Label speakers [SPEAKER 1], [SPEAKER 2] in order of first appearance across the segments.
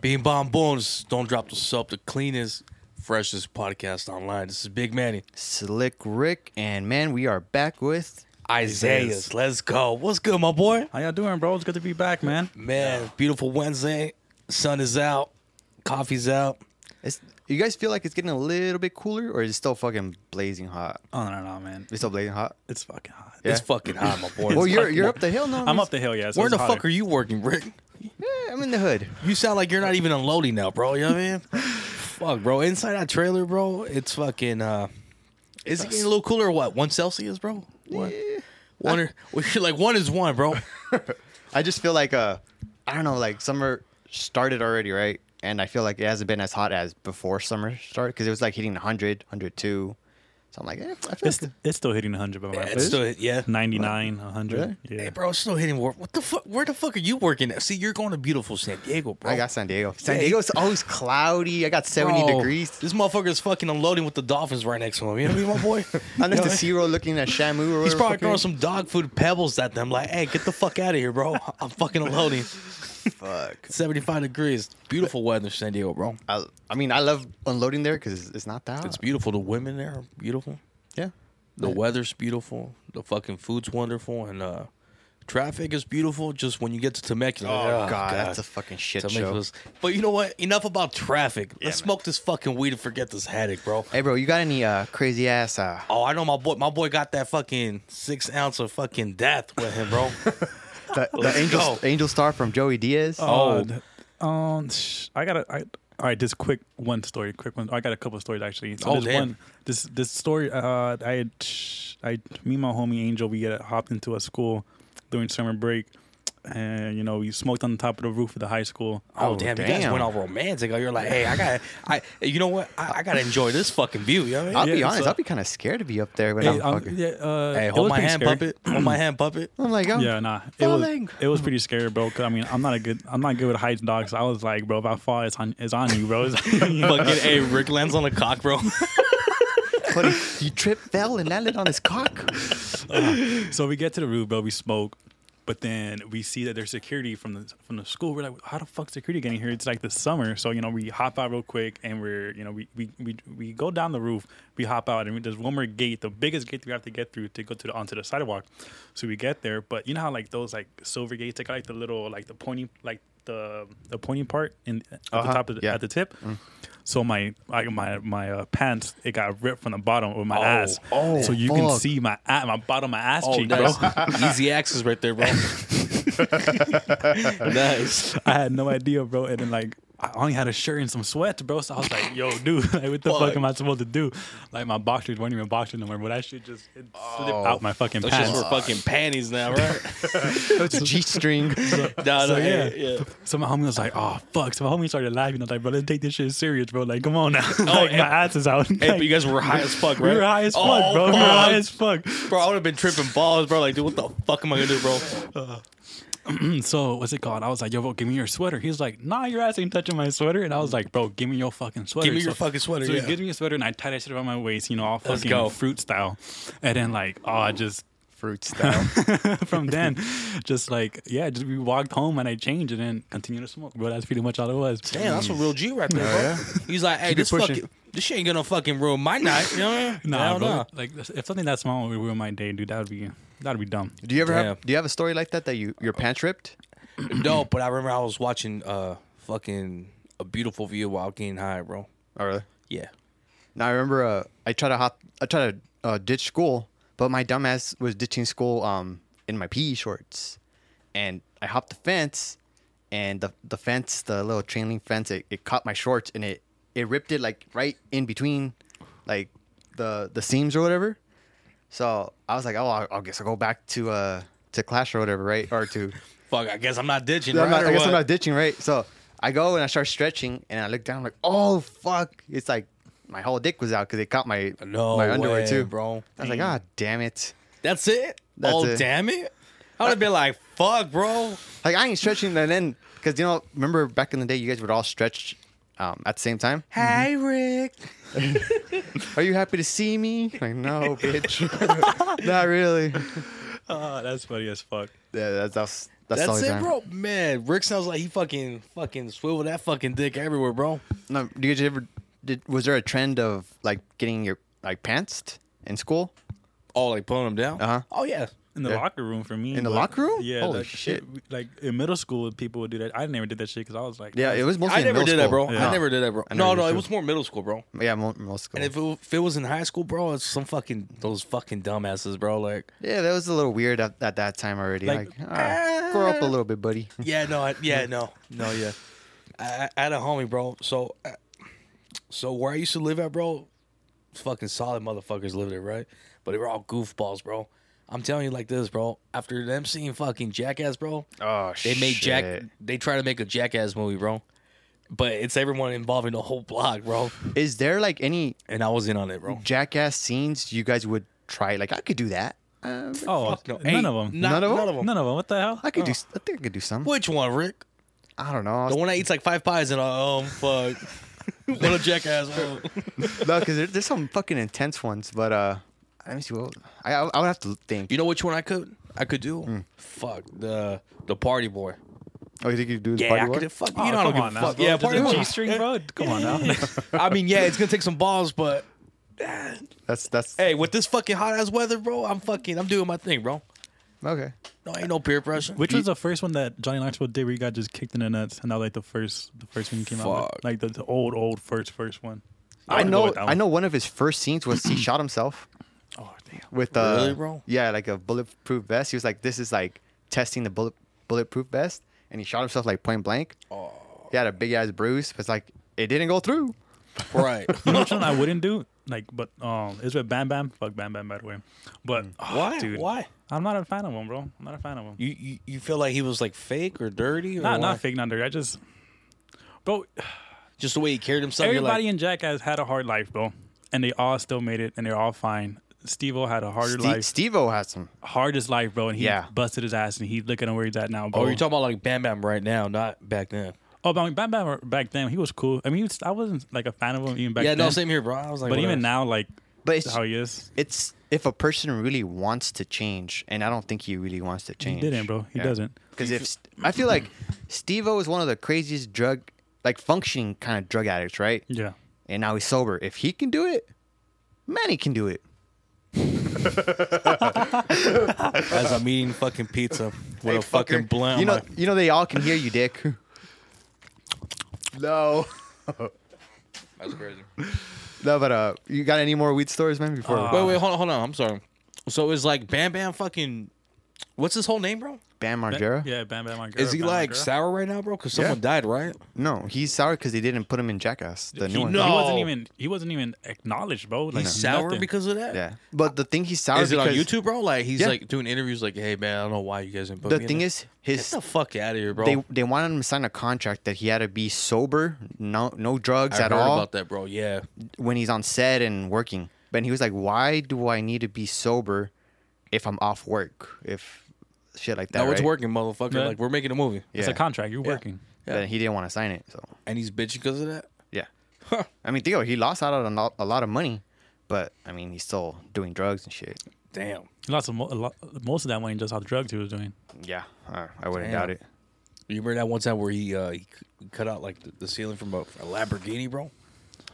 [SPEAKER 1] Bean Bomb Bones, don't drop the soap, the cleanest, freshest podcast online. This is Big Manny.
[SPEAKER 2] Slick Rick, and man, we are back with
[SPEAKER 1] Isaiah's. Let's go. What's good, my boy?
[SPEAKER 3] How y'all doing, bro? It's good to be back, man.
[SPEAKER 1] Man, beautiful Wednesday. Sun is out. Coffee's out.
[SPEAKER 2] it's, you guys feel like it's getting a little bit cooler, or is it still fucking blazing hot?
[SPEAKER 3] Oh no, no, no, man.
[SPEAKER 2] It's still blazing hot.
[SPEAKER 3] It's fucking hot.
[SPEAKER 2] Yeah.
[SPEAKER 1] It's fucking hot, my boy.
[SPEAKER 2] Well,
[SPEAKER 1] It's
[SPEAKER 2] you're
[SPEAKER 1] fucking
[SPEAKER 2] you're
[SPEAKER 1] hot.
[SPEAKER 2] up the hill, no?
[SPEAKER 3] I'm up the hill, yeah. so
[SPEAKER 1] Where
[SPEAKER 3] it's
[SPEAKER 1] the
[SPEAKER 3] hotter.
[SPEAKER 1] fuck are you working, Rick?
[SPEAKER 2] Yeah, I'm in the hood.
[SPEAKER 1] You sound like you're not even unloading now, bro. You know what I mean? Fuck, bro. Inside that trailer, bro, it's fucking. uh Is it getting a little cooler or what? One Celsius, bro? One. One or, well, you're like one is one, bro.
[SPEAKER 2] I just feel like uh, I don't know, like summer started already, right? And I feel like it hasn't been as hot as before summer started because it was like hitting 100, 102. So I'm like, eh, I feel
[SPEAKER 3] It's,
[SPEAKER 2] like
[SPEAKER 3] it's still hitting 100, but
[SPEAKER 1] Yeah, it's still, yeah.
[SPEAKER 3] 99, 100.
[SPEAKER 2] Really?
[SPEAKER 3] Yeah.
[SPEAKER 1] Hey, bro, it's still hitting. War- what the fuck? Where the fuck are you working at? See, you're going to beautiful San Diego, bro.
[SPEAKER 2] I got San Diego. San
[SPEAKER 1] Yeah, you-
[SPEAKER 2] Diego's always cloudy. I got 70
[SPEAKER 1] Bro,
[SPEAKER 2] degrees.
[SPEAKER 1] This motherfucker is fucking unloading with the dolphins right next to him. You know what I mean, my boy?
[SPEAKER 2] I'm
[SPEAKER 1] You know
[SPEAKER 2] next to
[SPEAKER 1] what I mean?
[SPEAKER 2] Zero looking at Shamu or whatever.
[SPEAKER 1] He's probably
[SPEAKER 2] the fuck
[SPEAKER 1] throwing some dog food pebbles at them. Like, hey, get the fuck out of here, bro. I'm fucking unloading.
[SPEAKER 2] Fuck.
[SPEAKER 1] 75 degrees. Beautiful weather, in San Diego, bro.
[SPEAKER 2] I, I mean, I love unloading there because it's not that hot.
[SPEAKER 1] It's beautiful. The women there are beautiful.
[SPEAKER 2] yeah.
[SPEAKER 1] The weather's beautiful. The fucking food's wonderful, and uh, traffic is beautiful. Just when you get to Temecula,
[SPEAKER 2] Oh, God, that's a fucking shit
[SPEAKER 1] Temecula's- But you know what? Enough about traffic. Let's smoke this fucking weed and forget this headache, bro.
[SPEAKER 2] Hey, bro, you got any uh, crazy ass? Uh,
[SPEAKER 1] Oh, I know my boy. My boy got that fucking six ounce of fucking death with him, bro. Oh,
[SPEAKER 2] the, the
[SPEAKER 1] Let's
[SPEAKER 2] angel,
[SPEAKER 1] go.
[SPEAKER 2] angel star from Joey Diaz?
[SPEAKER 3] Oh, th- um, sh- I gotta. I, all right, just quick one story. Quick one. I got a couple stories actually. So
[SPEAKER 1] Oh,
[SPEAKER 3] there's
[SPEAKER 1] damn.
[SPEAKER 3] one This this story. Uh, I had, sh- I me and my homie Angel we had uh, hopped into a school during summer break, and you know we smoked on the top of the roof of the high school.
[SPEAKER 1] Oh,
[SPEAKER 2] Oh,
[SPEAKER 1] damn, You guys
[SPEAKER 2] damn.
[SPEAKER 1] went all romantic. Oh, You're like, hey, I got, I, you know what? I, I gotta enjoy this fucking view. You know what I
[SPEAKER 2] I'll
[SPEAKER 1] mean?
[SPEAKER 2] be
[SPEAKER 3] yeah,
[SPEAKER 2] honest,
[SPEAKER 3] so-
[SPEAKER 2] I'll be kind of scared to be up there when
[SPEAKER 3] Hey,
[SPEAKER 2] I'm
[SPEAKER 3] um,
[SPEAKER 2] fucking.
[SPEAKER 3] yeah, uh,
[SPEAKER 1] Hey,
[SPEAKER 3] it
[SPEAKER 1] hold
[SPEAKER 3] was
[SPEAKER 1] my
[SPEAKER 3] pretty
[SPEAKER 1] hand,
[SPEAKER 3] scary.
[SPEAKER 1] puppet. Hold my hand, puppet.
[SPEAKER 2] I'm like, oh,
[SPEAKER 3] Yeah, nah. It
[SPEAKER 2] falling.
[SPEAKER 3] was, it was pretty scary, bro. Cause I mean, I'm not a good. I'm not good with heights, dogs. I was like, bro, if I fall, it's on. It's on you, bro. It's
[SPEAKER 1] Fucking, hey, Rick lands on a cock, bro.
[SPEAKER 2] But he- he tripped, fell, and landed on his cock.
[SPEAKER 3] so we get to the roof, bro. We smoke, but then we see that there's security from the from the school. We're like, how the fuck security getting here? It's like the summer, so you know we hop out real quick, and we're you know we we we, we go down the roof, we hop out, and we, there's one more gate, the biggest gate that we have to get through to go to the onto the sidewalk. So we get there, but you know how like those like silver gates, they got like the little like the pointy like the the pointy part in at
[SPEAKER 2] Uh-huh,
[SPEAKER 3] the top of the,
[SPEAKER 2] yeah. Mm.
[SPEAKER 3] at the tip. So my like my my uh, pants it got ripped from the bottom of my
[SPEAKER 1] Oh,
[SPEAKER 3] ass.
[SPEAKER 1] oh,
[SPEAKER 3] so you
[SPEAKER 2] fuck.
[SPEAKER 3] can see my a- my bottom of my ass
[SPEAKER 1] Oh,
[SPEAKER 3] cheek, bro.
[SPEAKER 1] nice. Easy access right there, bro. nice.
[SPEAKER 3] I had no idea, bro. And then like I only had a shirt and some sweats, bro. So I was like, yo, dude, like what the fuck,
[SPEAKER 1] Fuck.
[SPEAKER 3] am I supposed to do? Like my boxers weren't even boxers no more, but that shit just it slipped out my fucking
[SPEAKER 1] Oh, Those shits
[SPEAKER 3] pants.
[SPEAKER 1] were fucking panties now, right?
[SPEAKER 2] It's a G string.
[SPEAKER 1] no, no,
[SPEAKER 3] So
[SPEAKER 1] yeah,
[SPEAKER 3] yeah.
[SPEAKER 1] yeah.
[SPEAKER 3] so my homie was like, "Oh fuck!" So my homie started laughing. I was like, "Bro, let's take this shit serious, bro. Like, come on now. like, my
[SPEAKER 1] Oh, and-
[SPEAKER 3] ass is out.
[SPEAKER 1] Hey,
[SPEAKER 3] Like,
[SPEAKER 1] but you guys were high as fuck,
[SPEAKER 3] we
[SPEAKER 1] right?
[SPEAKER 3] were high as fuck,
[SPEAKER 1] Oh,
[SPEAKER 3] bro. We were high
[SPEAKER 1] fuck.
[SPEAKER 3] as fuck.
[SPEAKER 1] Bro, I would have been tripping balls, bro. Like, dude, what the fuck am I gonna do, bro?
[SPEAKER 3] so what's it called? I was like, yo, bro, give me your sweater. He was like, nah, your ass ain't touching my sweater. And I was like, bro, give me your fucking sweater.
[SPEAKER 1] Give me your
[SPEAKER 3] So-
[SPEAKER 1] fucking sweater,
[SPEAKER 3] So
[SPEAKER 1] yeah.
[SPEAKER 3] he gives me a sweater, and I tie that shit around my waist, you know, all fucking
[SPEAKER 1] go.
[SPEAKER 3] fruit style. And then like, oh, I just
[SPEAKER 2] Fruit style.
[SPEAKER 3] from then, just like yeah, just we walked home and I changed and then continued to smoke, bro. That's pretty much all it was.
[SPEAKER 1] Damn, that's a real G right there, bro. He's like, hey,
[SPEAKER 2] Oh, Keep it
[SPEAKER 1] this
[SPEAKER 2] pushing.
[SPEAKER 1] fucking, this shit ain't gonna fucking ruin my night. You know what I mean?
[SPEAKER 3] Mm. Nah,
[SPEAKER 1] Hell
[SPEAKER 3] bro.
[SPEAKER 1] no.
[SPEAKER 3] Like if something that small would ruin my day, dude, that would be that'd be dumb.
[SPEAKER 2] Do you ever
[SPEAKER 1] Damn.
[SPEAKER 2] have? Do you have a story like that that you your pants ripped?
[SPEAKER 1] No, but I remember I was watching uh fucking a beautiful view while getting high, bro.
[SPEAKER 2] Or really?
[SPEAKER 1] Yeah.
[SPEAKER 2] Now I remember uh, I tried to hop, I tried to uh, ditch school, but my dumbass was ditching school um in my PE shorts, and I hopped the fence, and the the fence, the little chain link fence, it, it caught my shorts and it it ripped it like right in between, like the the seams or whatever. So I was like, oh, I, I guess I'll go back to uh to class or whatever, right? Or to
[SPEAKER 1] Fuck, I guess I'm not ditching.
[SPEAKER 2] yeah,
[SPEAKER 1] Right?
[SPEAKER 2] I'm not-
[SPEAKER 1] Or
[SPEAKER 2] I guess I'm
[SPEAKER 1] what?
[SPEAKER 2] not ditching, right? So I go and I start stretching, and I look down, like, oh fuck! It's like my whole dick was out because it caught my
[SPEAKER 1] No
[SPEAKER 2] my underwear
[SPEAKER 1] way,
[SPEAKER 2] too,
[SPEAKER 1] bro.
[SPEAKER 2] I was like, ah, damn it!
[SPEAKER 1] That's it.
[SPEAKER 2] That's
[SPEAKER 1] oh
[SPEAKER 2] it.
[SPEAKER 1] damn it! I would have been like, fuck, bro.
[SPEAKER 2] Like I ain't stretching, and then because you know, remember back in the day, you guys would all stretch um, at the same time.
[SPEAKER 1] Hey, Rick.
[SPEAKER 2] Are you happy to see me? Like, no, bitch, not really.
[SPEAKER 3] Oh, Ah, that's funny as fuck.
[SPEAKER 2] Yeah, that's that's that's,
[SPEAKER 1] That's,
[SPEAKER 2] all
[SPEAKER 1] it,
[SPEAKER 2] time.
[SPEAKER 1] bro. Man, Rick sounds like he fucking fucking swivel that fucking dick everywhere, bro.
[SPEAKER 2] No, did you ever? Did was there a trend of like getting your like pantsed in school?
[SPEAKER 1] Oh, like pulling him down.
[SPEAKER 2] Uh-huh.
[SPEAKER 1] Oh yeah.
[SPEAKER 3] in the
[SPEAKER 2] Yeah.
[SPEAKER 3] locker room for me.
[SPEAKER 2] In the
[SPEAKER 3] but-
[SPEAKER 2] locker room?
[SPEAKER 3] Yeah.
[SPEAKER 2] Holy
[SPEAKER 3] like,
[SPEAKER 2] shit.
[SPEAKER 3] it- like in middle school, people would do that. I never did that shit because I was like,
[SPEAKER 2] Yeah, it was mostly.
[SPEAKER 1] I
[SPEAKER 2] in
[SPEAKER 1] never
[SPEAKER 2] middle
[SPEAKER 1] did that,
[SPEAKER 2] school.
[SPEAKER 1] bro.
[SPEAKER 3] Yeah.
[SPEAKER 1] I never did that, bro.
[SPEAKER 2] I never
[SPEAKER 1] No,
[SPEAKER 2] did
[SPEAKER 1] no, it
[SPEAKER 2] too.
[SPEAKER 1] was more middle school, bro.
[SPEAKER 2] Yeah, mo- middle school.
[SPEAKER 1] And if it, if it was in high school, bro, it's some fucking those fucking dumbasses, bro. Like,
[SPEAKER 2] yeah, that was a little weird at, at that time already. Like,
[SPEAKER 3] Like,
[SPEAKER 2] ah, grow up a little bit, buddy.
[SPEAKER 1] yeah, no, I, yeah, no, no, yeah. I, I had a homie, bro. So, uh, so where I used to live at, bro, fucking solid motherfuckers lived there, right? But they were all goofballs, bro. I'm telling you like this, bro. After them seeing fucking Jackass, bro,
[SPEAKER 2] Oh
[SPEAKER 1] They made Jack. They try to make a Jackass movie, bro. But it's everyone involving the whole block, bro.
[SPEAKER 2] Is there like any
[SPEAKER 1] And I was in on it, bro.
[SPEAKER 2] jackass scenes you guys would try? Like, I could do that. Uh,
[SPEAKER 3] oh,
[SPEAKER 1] Fuck no.
[SPEAKER 3] none
[SPEAKER 1] Ain't
[SPEAKER 3] of them.
[SPEAKER 1] not-
[SPEAKER 2] None of 'em?
[SPEAKER 1] None of 'em.
[SPEAKER 3] None of them. What the hell?
[SPEAKER 2] I could
[SPEAKER 1] Oh.
[SPEAKER 2] do. s- I think I could do some.
[SPEAKER 1] Which one, Rick?
[SPEAKER 2] I don't know.
[SPEAKER 1] The one that eats like five pies and uh, um, fuck. what a jackass! bro.
[SPEAKER 2] no, because there, there's some fucking intense ones, but uh, let me see. What I I I would have to think.
[SPEAKER 1] you know which one I could? I could do.
[SPEAKER 2] Hmm.
[SPEAKER 1] Fuck the the party boy.
[SPEAKER 2] Oh, you think you could do the
[SPEAKER 1] Yeah,
[SPEAKER 2] party
[SPEAKER 1] I
[SPEAKER 2] work?
[SPEAKER 1] could. Fuck,
[SPEAKER 3] Oh,
[SPEAKER 1] you know I
[SPEAKER 3] come
[SPEAKER 1] don't give
[SPEAKER 3] on
[SPEAKER 1] a
[SPEAKER 3] now.
[SPEAKER 1] fuck.
[SPEAKER 3] bro.
[SPEAKER 1] Yeah,
[SPEAKER 3] Just
[SPEAKER 1] party
[SPEAKER 3] a
[SPEAKER 1] boy.
[SPEAKER 3] G-string, bro. Come on now.
[SPEAKER 1] I mean, yeah, it's gonna take some balls, but
[SPEAKER 2] That's that's
[SPEAKER 1] hey, with this fucking hot ass weather, bro, I'm fucking, I'm doing my thing, bro.
[SPEAKER 2] okay.
[SPEAKER 1] No, ain't no peer pressure.
[SPEAKER 3] Which was the first one that Johnny Knoxville did where he got just kicked in the nuts, and that was like the first, the first one he came out,
[SPEAKER 1] Fuck.
[SPEAKER 3] with. like the, the old, old first, first one.
[SPEAKER 2] I
[SPEAKER 3] would go
[SPEAKER 2] know.
[SPEAKER 3] with that
[SPEAKER 2] I
[SPEAKER 3] one.
[SPEAKER 2] know. One of his first scenes was he shot himself
[SPEAKER 3] Oh damn.
[SPEAKER 2] with uh,
[SPEAKER 1] Really, bro?
[SPEAKER 2] yeah, like a bulletproof vest. He was like, "This is like testing the bullet bulletproof vest," and he shot himself like point blank. Oh. He had a big ass bruise, but it's like it didn't go through.
[SPEAKER 1] right?
[SPEAKER 3] You know which one I wouldn't do? Like, but um, it's with Bam Bam. Fuck Bam Bam, by the way. But oh,
[SPEAKER 1] Why?
[SPEAKER 3] Dude,
[SPEAKER 1] Why?
[SPEAKER 3] I'm not a fan of him, bro. I'm not a fan of him.
[SPEAKER 1] You, you you feel like he was like fake or dirty or
[SPEAKER 3] Not
[SPEAKER 1] why?
[SPEAKER 3] not fake, not dirty. I just, bro.
[SPEAKER 1] just the way he carried himself. you're
[SPEAKER 3] Everybody
[SPEAKER 1] like,
[SPEAKER 3] in Jackass had a hard life, bro, and they all still made it, and they're all fine. Steve-O had a harder
[SPEAKER 2] Ste-
[SPEAKER 3] life,
[SPEAKER 2] Steve-O has some.
[SPEAKER 3] hardest life, bro, and he
[SPEAKER 2] Yeah.
[SPEAKER 3] busted his ass, and he looking at where he's at now, bro.
[SPEAKER 1] oh, you're talking about like Bam Bam right now, not back then.
[SPEAKER 3] Oh, but I mean, Bam Bam back then, he was cool. I mean, he was, I wasn't like a fan of him even back
[SPEAKER 1] yeah,
[SPEAKER 3] then.
[SPEAKER 1] no, same here, bro. I was like,
[SPEAKER 3] but even now, like
[SPEAKER 2] But it's
[SPEAKER 3] how he is,
[SPEAKER 2] it's if a person really wants to change, and I don't think he really wants to
[SPEAKER 3] he
[SPEAKER 2] change.
[SPEAKER 3] didn't, bro. He doesn't.
[SPEAKER 2] Because if I feel like Steve-O is one of the craziest drug, like functioning kind of drug addicts, right?
[SPEAKER 3] Yeah.
[SPEAKER 2] And now he's sober. If he can do it, man, he can do it.
[SPEAKER 1] as I'm eating fucking pizza with a fucking
[SPEAKER 2] Fucker.
[SPEAKER 1] blunt,
[SPEAKER 2] You
[SPEAKER 1] I'm
[SPEAKER 2] know,
[SPEAKER 1] like,
[SPEAKER 2] you know they all can hear you, Dick. no,
[SPEAKER 1] that's crazy.
[SPEAKER 2] no, but uh, you got any more weed stories, man? Before
[SPEAKER 3] Uh,
[SPEAKER 1] Wait, wait, hold on, hold on. I'm sorry. So it's like Bam Bam fucking. What's his whole name, bro?
[SPEAKER 2] Bam Margera?
[SPEAKER 3] Yeah, Bam Bam Margera.
[SPEAKER 1] Is he
[SPEAKER 3] Bam
[SPEAKER 1] like
[SPEAKER 3] Margera.
[SPEAKER 1] sour right now, bro? Because
[SPEAKER 2] Yeah.
[SPEAKER 1] someone died, right?
[SPEAKER 2] No, he's sour because they didn't put him in Jackass, the
[SPEAKER 3] He,
[SPEAKER 2] new one.
[SPEAKER 3] he wasn't
[SPEAKER 1] No.
[SPEAKER 3] even. He wasn't even acknowledged, bro. Like
[SPEAKER 1] He's sour
[SPEAKER 3] nothing.
[SPEAKER 1] because of that.
[SPEAKER 2] Yeah, but the thing he's sour
[SPEAKER 1] Is it on
[SPEAKER 2] because
[SPEAKER 1] YouTube, bro? Like he's
[SPEAKER 2] Yeah.
[SPEAKER 1] like doing interviews, like, "Hey man, I don't know why you guys didn't put
[SPEAKER 2] The
[SPEAKER 1] me in
[SPEAKER 2] thing
[SPEAKER 1] there."
[SPEAKER 2] is,
[SPEAKER 1] get
[SPEAKER 2] his
[SPEAKER 1] the fuck out of here, bro."
[SPEAKER 2] they they wanted him to sign a contract that he had to be sober, no no drugs
[SPEAKER 1] I
[SPEAKER 2] at
[SPEAKER 1] heard
[SPEAKER 2] all
[SPEAKER 1] about that, bro. Yeah,
[SPEAKER 2] when he's on set and working. But he was like, "Why do I need to be sober if I'm off work? If shit like that?"
[SPEAKER 1] no, it's
[SPEAKER 2] right?
[SPEAKER 1] working, motherfucker.
[SPEAKER 3] Yeah.
[SPEAKER 1] Like we're making a movie,
[SPEAKER 3] It's
[SPEAKER 2] Yeah.
[SPEAKER 3] a contract. You're working.
[SPEAKER 2] But he didn't want to sign it, so
[SPEAKER 1] and he's bitching because of that.
[SPEAKER 2] yeah. I mean, Theo, he lost out on a lot, a lot of money, but I mean, he's still doing drugs and shit.
[SPEAKER 1] Damn.
[SPEAKER 3] He lost a mo- a lot, most of that money just how the drugs he was doing.
[SPEAKER 2] Yeah, I, I wouldn't
[SPEAKER 1] Damn.
[SPEAKER 2] doubt it.
[SPEAKER 1] You remember that one time where he uh, he c- cut out like the, the ceiling from a, a Lamborghini, bro?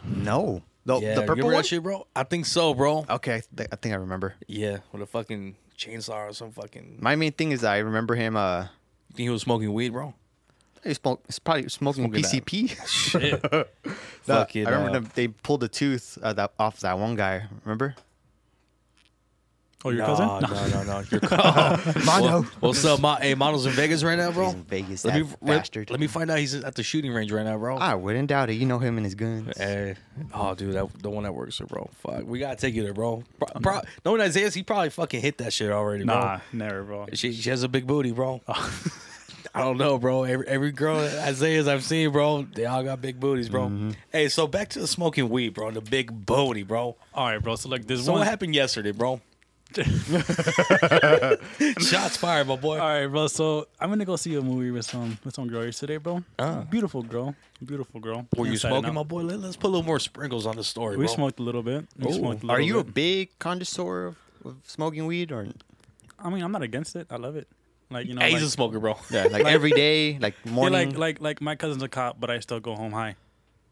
[SPEAKER 2] No, Oh, the,
[SPEAKER 1] Yeah,
[SPEAKER 2] the
[SPEAKER 1] you remember
[SPEAKER 2] purple one. Oh.
[SPEAKER 1] that shit, bro? I think so, bro.
[SPEAKER 2] Okay, I, th- I think I remember.
[SPEAKER 1] Yeah, with a fucking chainsaw or some fucking.
[SPEAKER 2] My main thing is I remember him. Uh,
[SPEAKER 1] You think he was smoking weed, bro?
[SPEAKER 2] he smoked, he's probably smoking,
[SPEAKER 1] Smoking that.
[SPEAKER 2] PCP.
[SPEAKER 1] Shit.
[SPEAKER 2] The-
[SPEAKER 1] Fucking,
[SPEAKER 2] I remember
[SPEAKER 1] uh,
[SPEAKER 2] them- they pulled the tooth uh, that, off that one guy. Remember?
[SPEAKER 3] Oh,
[SPEAKER 1] no,
[SPEAKER 3] your cousin?
[SPEAKER 1] no, no, no, Your cousin.
[SPEAKER 2] Mono.
[SPEAKER 1] What's up, my? Hey, Mono's in Vegas right now, bro.
[SPEAKER 2] He's in Vegas,
[SPEAKER 1] Let
[SPEAKER 2] that
[SPEAKER 1] me re-
[SPEAKER 2] bastard. Ah.
[SPEAKER 1] let me find out he's at the shooting range right now, bro.
[SPEAKER 2] I wouldn't doubt it. You know him and his guns.
[SPEAKER 1] Hey, oh, dude, that, the one that works there, bro. Fuck, we gotta take you there, bro. Pro- pro- knowing Isaiah's, he probably fucking hit that shit already, bro.
[SPEAKER 3] Nah, never, bro.
[SPEAKER 1] She, she has a big booty, bro.
[SPEAKER 3] Oh.
[SPEAKER 1] I don't know, bro. Every, every girl at Isaiah's I've seen, bro, they all got big booties, bro.
[SPEAKER 3] Mm-hmm.
[SPEAKER 1] Hey, so back to the smoking weed, bro, and the big booty, bro.
[SPEAKER 3] All right, bro. So like this
[SPEAKER 1] So
[SPEAKER 3] one.
[SPEAKER 1] what happened yesterday, bro? Shots fired, my boy.
[SPEAKER 3] All right, bro. So I'm gonna go see a movie with some with some girl today, bro. Beautiful girl, beautiful girl.
[SPEAKER 1] Ah. Were you
[SPEAKER 3] Inside
[SPEAKER 1] smoking,
[SPEAKER 3] and
[SPEAKER 1] my
[SPEAKER 3] out.
[SPEAKER 1] boy? Let, us put a little more sprinkles on the story,
[SPEAKER 3] We
[SPEAKER 1] bro. Oh,
[SPEAKER 3] smoked a little bit. We smoked a
[SPEAKER 2] Are
[SPEAKER 3] little
[SPEAKER 2] you a
[SPEAKER 3] bit.
[SPEAKER 2] big connoisseur of, of smoking weed or?
[SPEAKER 3] I mean, I'm not against it. I love it. Like you know,
[SPEAKER 1] Hey,
[SPEAKER 3] like,
[SPEAKER 1] he's a smoker, bro.
[SPEAKER 2] Yeah, like, every day, like
[SPEAKER 3] yeah,
[SPEAKER 2] morning.
[SPEAKER 3] like like like my cousin's a cop, but I still go home high,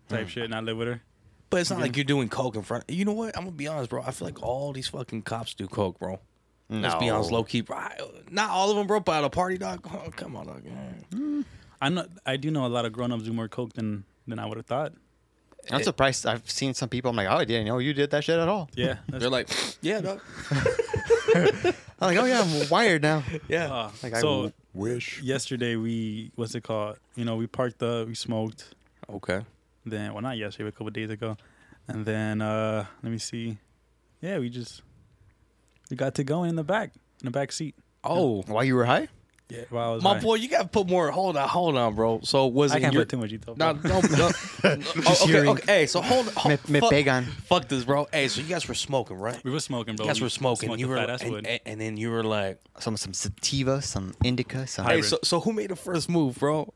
[SPEAKER 3] type
[SPEAKER 1] Hmm.
[SPEAKER 3] shit, and I live with her.
[SPEAKER 1] But it's not like you're doing coke in front. You know what? I'm gonna be honest, bro. I feel like all these fucking cops do coke, bro. Let's be
[SPEAKER 2] No.
[SPEAKER 1] honest, low key, bro. I- Not all of them, bro. But at a party, dog. Oh, come on, dog.
[SPEAKER 3] I know I do know a lot of grown ups do more coke than than I would have thought.
[SPEAKER 2] I'm surprised. I've seen some people. I'm like, oh, I didn't know you did that shit at all.
[SPEAKER 3] Yeah, that's,
[SPEAKER 1] They're like, yeah, dog.
[SPEAKER 2] I'm like, oh yeah, I'm wired now.
[SPEAKER 1] Yeah.
[SPEAKER 3] uh,
[SPEAKER 2] Like I
[SPEAKER 3] so
[SPEAKER 2] w- wish.
[SPEAKER 3] yesterday we what's it called? You know, we parked up, we smoked.
[SPEAKER 1] okay.
[SPEAKER 3] Then well, not yesterday, but a couple days ago, and then uh let me see. Yeah, we just we got to going in the back in the back seat.
[SPEAKER 1] Oh,
[SPEAKER 2] While you were high?
[SPEAKER 3] Yeah, while I was
[SPEAKER 1] my
[SPEAKER 3] high.
[SPEAKER 1] boy, you gotta put more. Hold on, hold on, bro. So was it
[SPEAKER 3] I can't
[SPEAKER 1] your?
[SPEAKER 3] put too much detail.
[SPEAKER 1] No,
[SPEAKER 3] bro.
[SPEAKER 1] no, no. Oh, okay,
[SPEAKER 2] hearing.
[SPEAKER 1] okay. Hey, so hold.
[SPEAKER 2] Me,
[SPEAKER 1] hold
[SPEAKER 2] me
[SPEAKER 1] Oh, fuck,
[SPEAKER 2] pegan.
[SPEAKER 1] fuck this, bro. Hey, so you guys were smoking, right?
[SPEAKER 3] we were smoking, bro.
[SPEAKER 1] You guys
[SPEAKER 3] We
[SPEAKER 1] were smoking.
[SPEAKER 3] smoked
[SPEAKER 1] You
[SPEAKER 3] the
[SPEAKER 1] were,
[SPEAKER 3] fat ass
[SPEAKER 1] and,
[SPEAKER 3] wood.
[SPEAKER 1] and, and then you were like,
[SPEAKER 2] Some some sativa, some indica, some.
[SPEAKER 1] hey,
[SPEAKER 3] Hybrid.
[SPEAKER 1] so, so who made the first move, bro?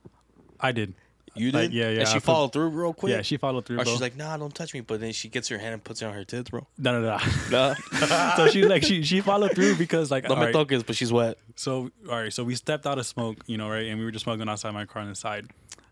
[SPEAKER 3] I did.
[SPEAKER 1] You did?
[SPEAKER 3] Like, yeah, yeah,
[SPEAKER 1] And
[SPEAKER 3] I
[SPEAKER 1] she
[SPEAKER 3] put-
[SPEAKER 1] followed through real quick?
[SPEAKER 3] Yeah, she followed through.
[SPEAKER 1] Or
[SPEAKER 3] bro.
[SPEAKER 1] Oh, she's like, nah, don't touch me. But then she gets her hand and puts it on her tits, bro.
[SPEAKER 3] no, no, no.
[SPEAKER 1] Nah.
[SPEAKER 3] so she like she she followed through because like all
[SPEAKER 1] Don't
[SPEAKER 3] right,
[SPEAKER 1] right. focus, but she's wet.
[SPEAKER 3] so all right, so we stepped out of smoke, you know, right, and we were just smoking outside my car on the side,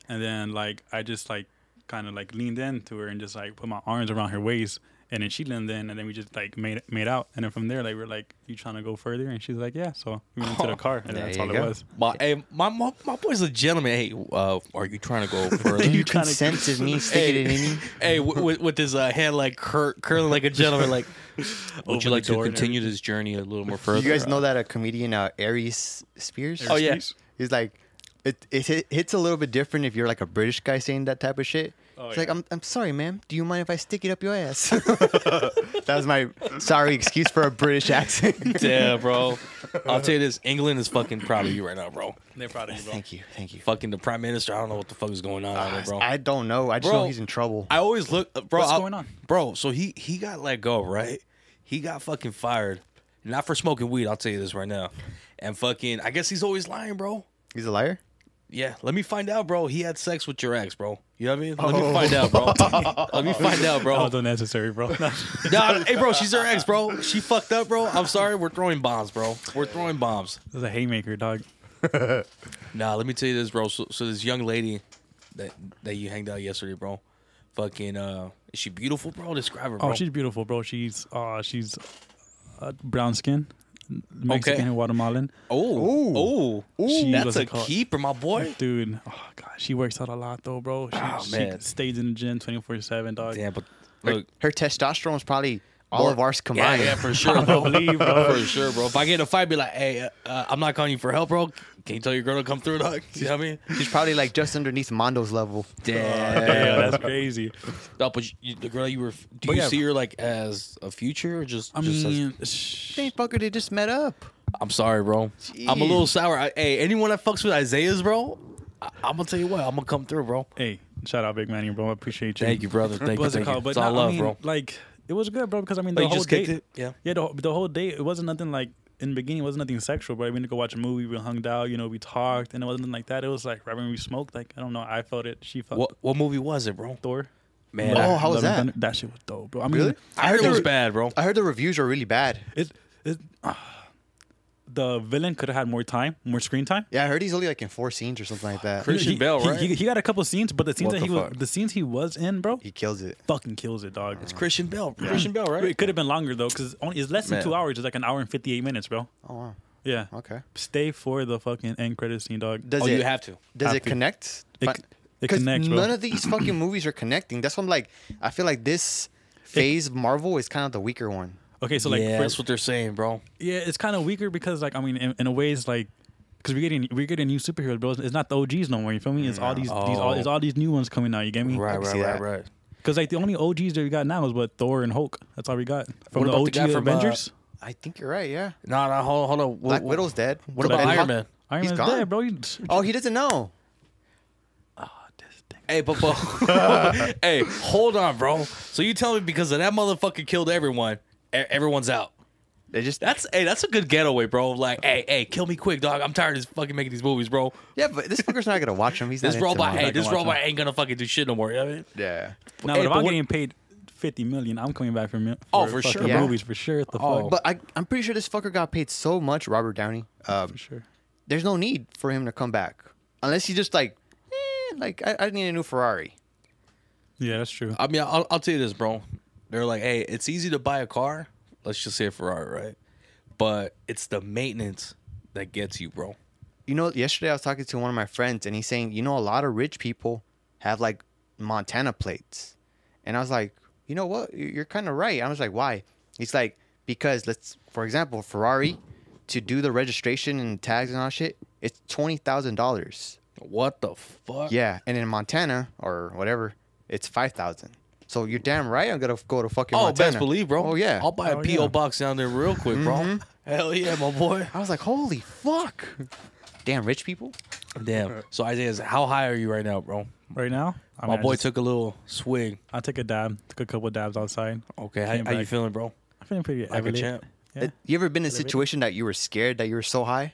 [SPEAKER 3] and then like I just like kind of like leaned in to her and just like put my arms around her waist, and then she leaned in, and then we just like made made out, and then from there like we're like, you trying to go further, and she's like, yeah, so we went into the car, and
[SPEAKER 2] Oh, There
[SPEAKER 3] that's
[SPEAKER 2] you
[SPEAKER 3] all it
[SPEAKER 2] go.
[SPEAKER 3] was.
[SPEAKER 1] My, hey, my, my, my boy's a gentleman. Hey, uh, are you trying to go further?
[SPEAKER 2] you
[SPEAKER 3] you kinda-
[SPEAKER 2] consented me, stick
[SPEAKER 1] hey,
[SPEAKER 2] it in me.
[SPEAKER 1] hey with, with, with his uh, hand like cur- curling like a gentleman, like, would
[SPEAKER 3] Open
[SPEAKER 1] you
[SPEAKER 3] the
[SPEAKER 1] like to
[SPEAKER 3] door and
[SPEAKER 1] continue this journey a little more
[SPEAKER 2] You
[SPEAKER 1] further?
[SPEAKER 2] guys know that a comedian, uh, Aries Spears.
[SPEAKER 1] Oh, yeah.
[SPEAKER 3] Excuse?
[SPEAKER 2] He's like, it, it hit- hits a little bit different if you're like a British guy saying that type of shit.
[SPEAKER 3] Oh,
[SPEAKER 2] it's
[SPEAKER 3] yeah.
[SPEAKER 2] like, I'm, I'm sorry, ma'am. Do you mind if I stick it up your ass? that was my sorry excuse for a British accent.
[SPEAKER 1] Yeah, bro. I'll tell you this England is fucking proud of you right now, bro.
[SPEAKER 3] They're proud of you, bro.
[SPEAKER 2] thank you, thank you.
[SPEAKER 1] Fucking the prime minister, I don't know what the fuck is going on, out there, bro.
[SPEAKER 2] I don't know. I just
[SPEAKER 1] Bro,
[SPEAKER 2] know he's in trouble.
[SPEAKER 1] I always look, uh, bro.
[SPEAKER 3] What's
[SPEAKER 1] I-
[SPEAKER 3] going on?
[SPEAKER 1] bro? So he he got let go, right? He got fucking fired, not for smoking weed. I'll tell you this right now, and fucking, I guess he's always lying, bro.
[SPEAKER 2] he's a liar.
[SPEAKER 1] Yeah, let me find out, bro. He had sex with your ex, bro. You know what I mean? Let me find out, bro. let me find out,
[SPEAKER 3] That
[SPEAKER 1] bro.
[SPEAKER 2] Oh.
[SPEAKER 3] was unnecessary, bro.
[SPEAKER 1] Nah, hey, bro, she's her ex, bro. She fucked up, bro. I'm sorry. We're throwing bombs, bro. We're throwing bombs.
[SPEAKER 3] It was a haymaker, dog.
[SPEAKER 1] Nah, let me tell you this, bro. So, so this young lady that that you hanged out yesterday, bro. Fucking, uh, is she beautiful, bro? Describe her, bro.
[SPEAKER 3] Oh, she's beautiful, bro. She's uh she's uh, brown skin, Mexican and Guatemalan.
[SPEAKER 1] Oh, oh,
[SPEAKER 3] She
[SPEAKER 1] that's
[SPEAKER 3] was
[SPEAKER 1] a
[SPEAKER 3] a call-
[SPEAKER 1] keeper, my boy.
[SPEAKER 3] Dude, oh god, she works out a lot though, bro. She,
[SPEAKER 1] Oh,
[SPEAKER 3] she
[SPEAKER 1] man.
[SPEAKER 3] stays in the gym twenty four seven, dog.
[SPEAKER 1] Damn, but
[SPEAKER 2] Her,
[SPEAKER 1] look,
[SPEAKER 2] her testosterone's probably all of ours
[SPEAKER 1] yeah,
[SPEAKER 2] combined.
[SPEAKER 1] yeah, for sure, bro.
[SPEAKER 3] Believe, bro.
[SPEAKER 1] For sure, bro. If I get in a fight, be like, hey, uh, uh, I'm not calling you for help, bro. Can you tell your girl to come through, dog? You know what I mean?
[SPEAKER 2] He's probably like just underneath Mondo's level.
[SPEAKER 3] Yeah,
[SPEAKER 1] Damn.
[SPEAKER 3] that's crazy.
[SPEAKER 1] no, but you- you, the girl you were, do
[SPEAKER 3] But
[SPEAKER 1] you
[SPEAKER 3] yeah.
[SPEAKER 1] see her like as a future or just?
[SPEAKER 3] I
[SPEAKER 1] just as-
[SPEAKER 3] mean, sh-
[SPEAKER 2] Dang fucker, they just met up.
[SPEAKER 1] I'm sorry, bro. I'm a little sour. I, hey, anyone that fucks with Isaiah's, bro, I, I'm gonna tell you what, I'm gonna come through, bro.
[SPEAKER 3] hey, shout out, Big Manny, bro. I appreciate you.
[SPEAKER 1] Thank you, brother. Thank you.
[SPEAKER 3] What's
[SPEAKER 1] Thank
[SPEAKER 3] it
[SPEAKER 1] you.
[SPEAKER 3] called? But
[SPEAKER 1] it's all
[SPEAKER 3] no, I
[SPEAKER 1] love,
[SPEAKER 3] mean,
[SPEAKER 1] bro.
[SPEAKER 3] Like it was good, bro. Because I
[SPEAKER 1] Oh,
[SPEAKER 3] mean, the
[SPEAKER 1] you
[SPEAKER 3] whole
[SPEAKER 1] just
[SPEAKER 3] date,
[SPEAKER 1] kicked it? Yeah.
[SPEAKER 3] yeah. The, the whole date, it wasn't nothing like in the beginning. It wasn't nothing sexual, but we went to go watch a movie. We hung out, you know, we talked, and it wasn't like that. It was like right when we smoked. Like I don't know, I felt it. She felt
[SPEAKER 1] What what movie was it, bro?
[SPEAKER 3] Thor.
[SPEAKER 1] Man,
[SPEAKER 2] Oh,
[SPEAKER 1] I,
[SPEAKER 2] how was
[SPEAKER 3] Love and
[SPEAKER 2] that?
[SPEAKER 3] Thunder- That shit was dope, bro. I mean,
[SPEAKER 2] Really?
[SPEAKER 1] Mm. I heard it
[SPEAKER 2] the
[SPEAKER 1] was
[SPEAKER 2] re-
[SPEAKER 1] bad, bro.
[SPEAKER 2] I heard the reviews are really bad.
[SPEAKER 3] it, it, the villain could have had more time, more screen time.
[SPEAKER 2] Yeah, I heard he's only like in four scenes or something like that.
[SPEAKER 1] Chris- Christian
[SPEAKER 3] he,
[SPEAKER 1] Bale,
[SPEAKER 3] he-
[SPEAKER 1] right?
[SPEAKER 3] He, he got a couple scenes, but the scenes
[SPEAKER 2] What
[SPEAKER 3] that
[SPEAKER 2] the
[SPEAKER 3] he was,
[SPEAKER 2] fuck?
[SPEAKER 3] the scenes he was in, bro,
[SPEAKER 2] He kills it.
[SPEAKER 3] fucking kills it, dog.
[SPEAKER 2] uh,
[SPEAKER 3] It's
[SPEAKER 1] Christian Bell, Christian Bell, right?
[SPEAKER 3] It could have been longer though, because only it's less than
[SPEAKER 1] Man.
[SPEAKER 3] two hours. It's like an hour and fifty eight minutes, bro.
[SPEAKER 2] Oh wow.
[SPEAKER 3] Yeah.
[SPEAKER 2] Okay.
[SPEAKER 3] Stay for the fucking end credit scene, dog.
[SPEAKER 2] Does
[SPEAKER 1] oh,
[SPEAKER 2] it
[SPEAKER 1] you have to.
[SPEAKER 2] Does
[SPEAKER 3] have
[SPEAKER 2] it
[SPEAKER 3] to.
[SPEAKER 2] connect?
[SPEAKER 3] It
[SPEAKER 2] Fi-
[SPEAKER 3] c- it connects, bro.
[SPEAKER 2] None of these fucking movies are connecting. That's what I'm like. I feel like this phase of Marvel is kind of the weaker one.
[SPEAKER 3] okay, so like,
[SPEAKER 1] yeah,
[SPEAKER 3] for-
[SPEAKER 1] that's what they're saying, bro.
[SPEAKER 3] yeah, it's kind of weaker because like I mean, in, in a way, it's like. Cause we're getting we're getting new superheroes, bro. It's not the OGs no more. You feel me? It's all these, these all,
[SPEAKER 1] Oh.
[SPEAKER 3] it's all these new ones coming out. You get me?
[SPEAKER 1] Right,
[SPEAKER 2] can
[SPEAKER 1] right,
[SPEAKER 2] see
[SPEAKER 1] right,
[SPEAKER 2] that.
[SPEAKER 1] right.
[SPEAKER 3] Because like the only OGs that we got now is what Thor and Hulk. That's all we got from
[SPEAKER 1] What
[SPEAKER 3] the
[SPEAKER 1] about
[SPEAKER 3] OG
[SPEAKER 1] the guy from, uh,
[SPEAKER 3] Avengers.
[SPEAKER 2] I think you're right. Yeah.
[SPEAKER 1] No, no, hold on, hold on. What,
[SPEAKER 2] Black
[SPEAKER 1] what-
[SPEAKER 2] Widow's dead. What
[SPEAKER 1] about
[SPEAKER 2] Hawk-
[SPEAKER 1] Iron Man?
[SPEAKER 3] Iron
[SPEAKER 2] he's
[SPEAKER 3] Man's
[SPEAKER 2] gone.
[SPEAKER 3] dead, bro. You-
[SPEAKER 2] Oh, he doesn't know.
[SPEAKER 1] Hey, but, but hey, hold on, bro. So you tell me because of that motherfucker killed everyone, e- everyone's out.
[SPEAKER 2] They just.
[SPEAKER 1] That's hey, that's a good getaway, bro. Like, hey, hey, kill me quick, dog. I'm tired of fucking making these movies, bro.
[SPEAKER 2] yeah, but this fucker's not gonna watch him. He's
[SPEAKER 1] This
[SPEAKER 2] not into
[SPEAKER 1] robot,
[SPEAKER 2] Marvel.
[SPEAKER 1] hey, this
[SPEAKER 3] watch
[SPEAKER 1] robot ain't gonna fucking do shit no more. You know what I mean?
[SPEAKER 2] Yeah.
[SPEAKER 3] Now,
[SPEAKER 1] Hey,
[SPEAKER 3] but if
[SPEAKER 1] but
[SPEAKER 3] I'm
[SPEAKER 1] what-
[SPEAKER 3] getting paid fifty million, I'm coming back for mil-
[SPEAKER 1] Oh, for
[SPEAKER 3] fucking
[SPEAKER 1] sure,
[SPEAKER 2] bro.
[SPEAKER 3] movies for sure. The
[SPEAKER 1] Oh.
[SPEAKER 3] fuck,
[SPEAKER 2] But I, I'm pretty sure this fucker got paid so much, Robert Downey. Um,
[SPEAKER 3] for sure.
[SPEAKER 2] there's no need for him to come back unless he's just like, eh, like I, I need a new Ferrari.
[SPEAKER 3] Yeah, that's true.
[SPEAKER 1] I mean, I'll, I'll tell you this, bro. They're like, hey, it's easy to buy a car. Let's just say a Ferrari, right? But it's the maintenance that gets you, bro.
[SPEAKER 2] You know, yesterday I was talking to one of my friends and he's saying, you know, a lot of rich people have like Montana plates, and I was like, you know what, You- you're kind of right. I was like, why? He's like, because let's, for example, Ferrari, to do the registration and tags and all that shit, it's twenty thousand dollars.
[SPEAKER 1] What the fuck?
[SPEAKER 2] Yeah, and in Montana or whatever, it's five thousand. So you're damn right. I'm gonna go to fucking.
[SPEAKER 1] Oh,
[SPEAKER 2] Montana.
[SPEAKER 1] best believe, bro.
[SPEAKER 2] Oh yeah. Mm-hmm.
[SPEAKER 1] I'll buy a
[SPEAKER 3] Oh,
[SPEAKER 1] PO
[SPEAKER 3] yeah.
[SPEAKER 1] box down there real quick, bro. Hell yeah, my boy.
[SPEAKER 2] I was like, holy fuck. Damn rich people.
[SPEAKER 1] Damn. So Isaiah, how high are you right now, bro?
[SPEAKER 3] Right now, I
[SPEAKER 1] My
[SPEAKER 3] mean, I
[SPEAKER 1] boy
[SPEAKER 3] just-
[SPEAKER 1] took a little swig.
[SPEAKER 3] I took a dab, took a couple of dabs outside.
[SPEAKER 1] Okay, how,
[SPEAKER 3] Came
[SPEAKER 1] how you
[SPEAKER 3] back.
[SPEAKER 1] feeling, bro?
[SPEAKER 3] I'm feeling pretty
[SPEAKER 1] Oh, Like a
[SPEAKER 3] average.
[SPEAKER 1] champ.
[SPEAKER 3] Yeah.
[SPEAKER 2] You ever been in a situation that you were scared that you were so high?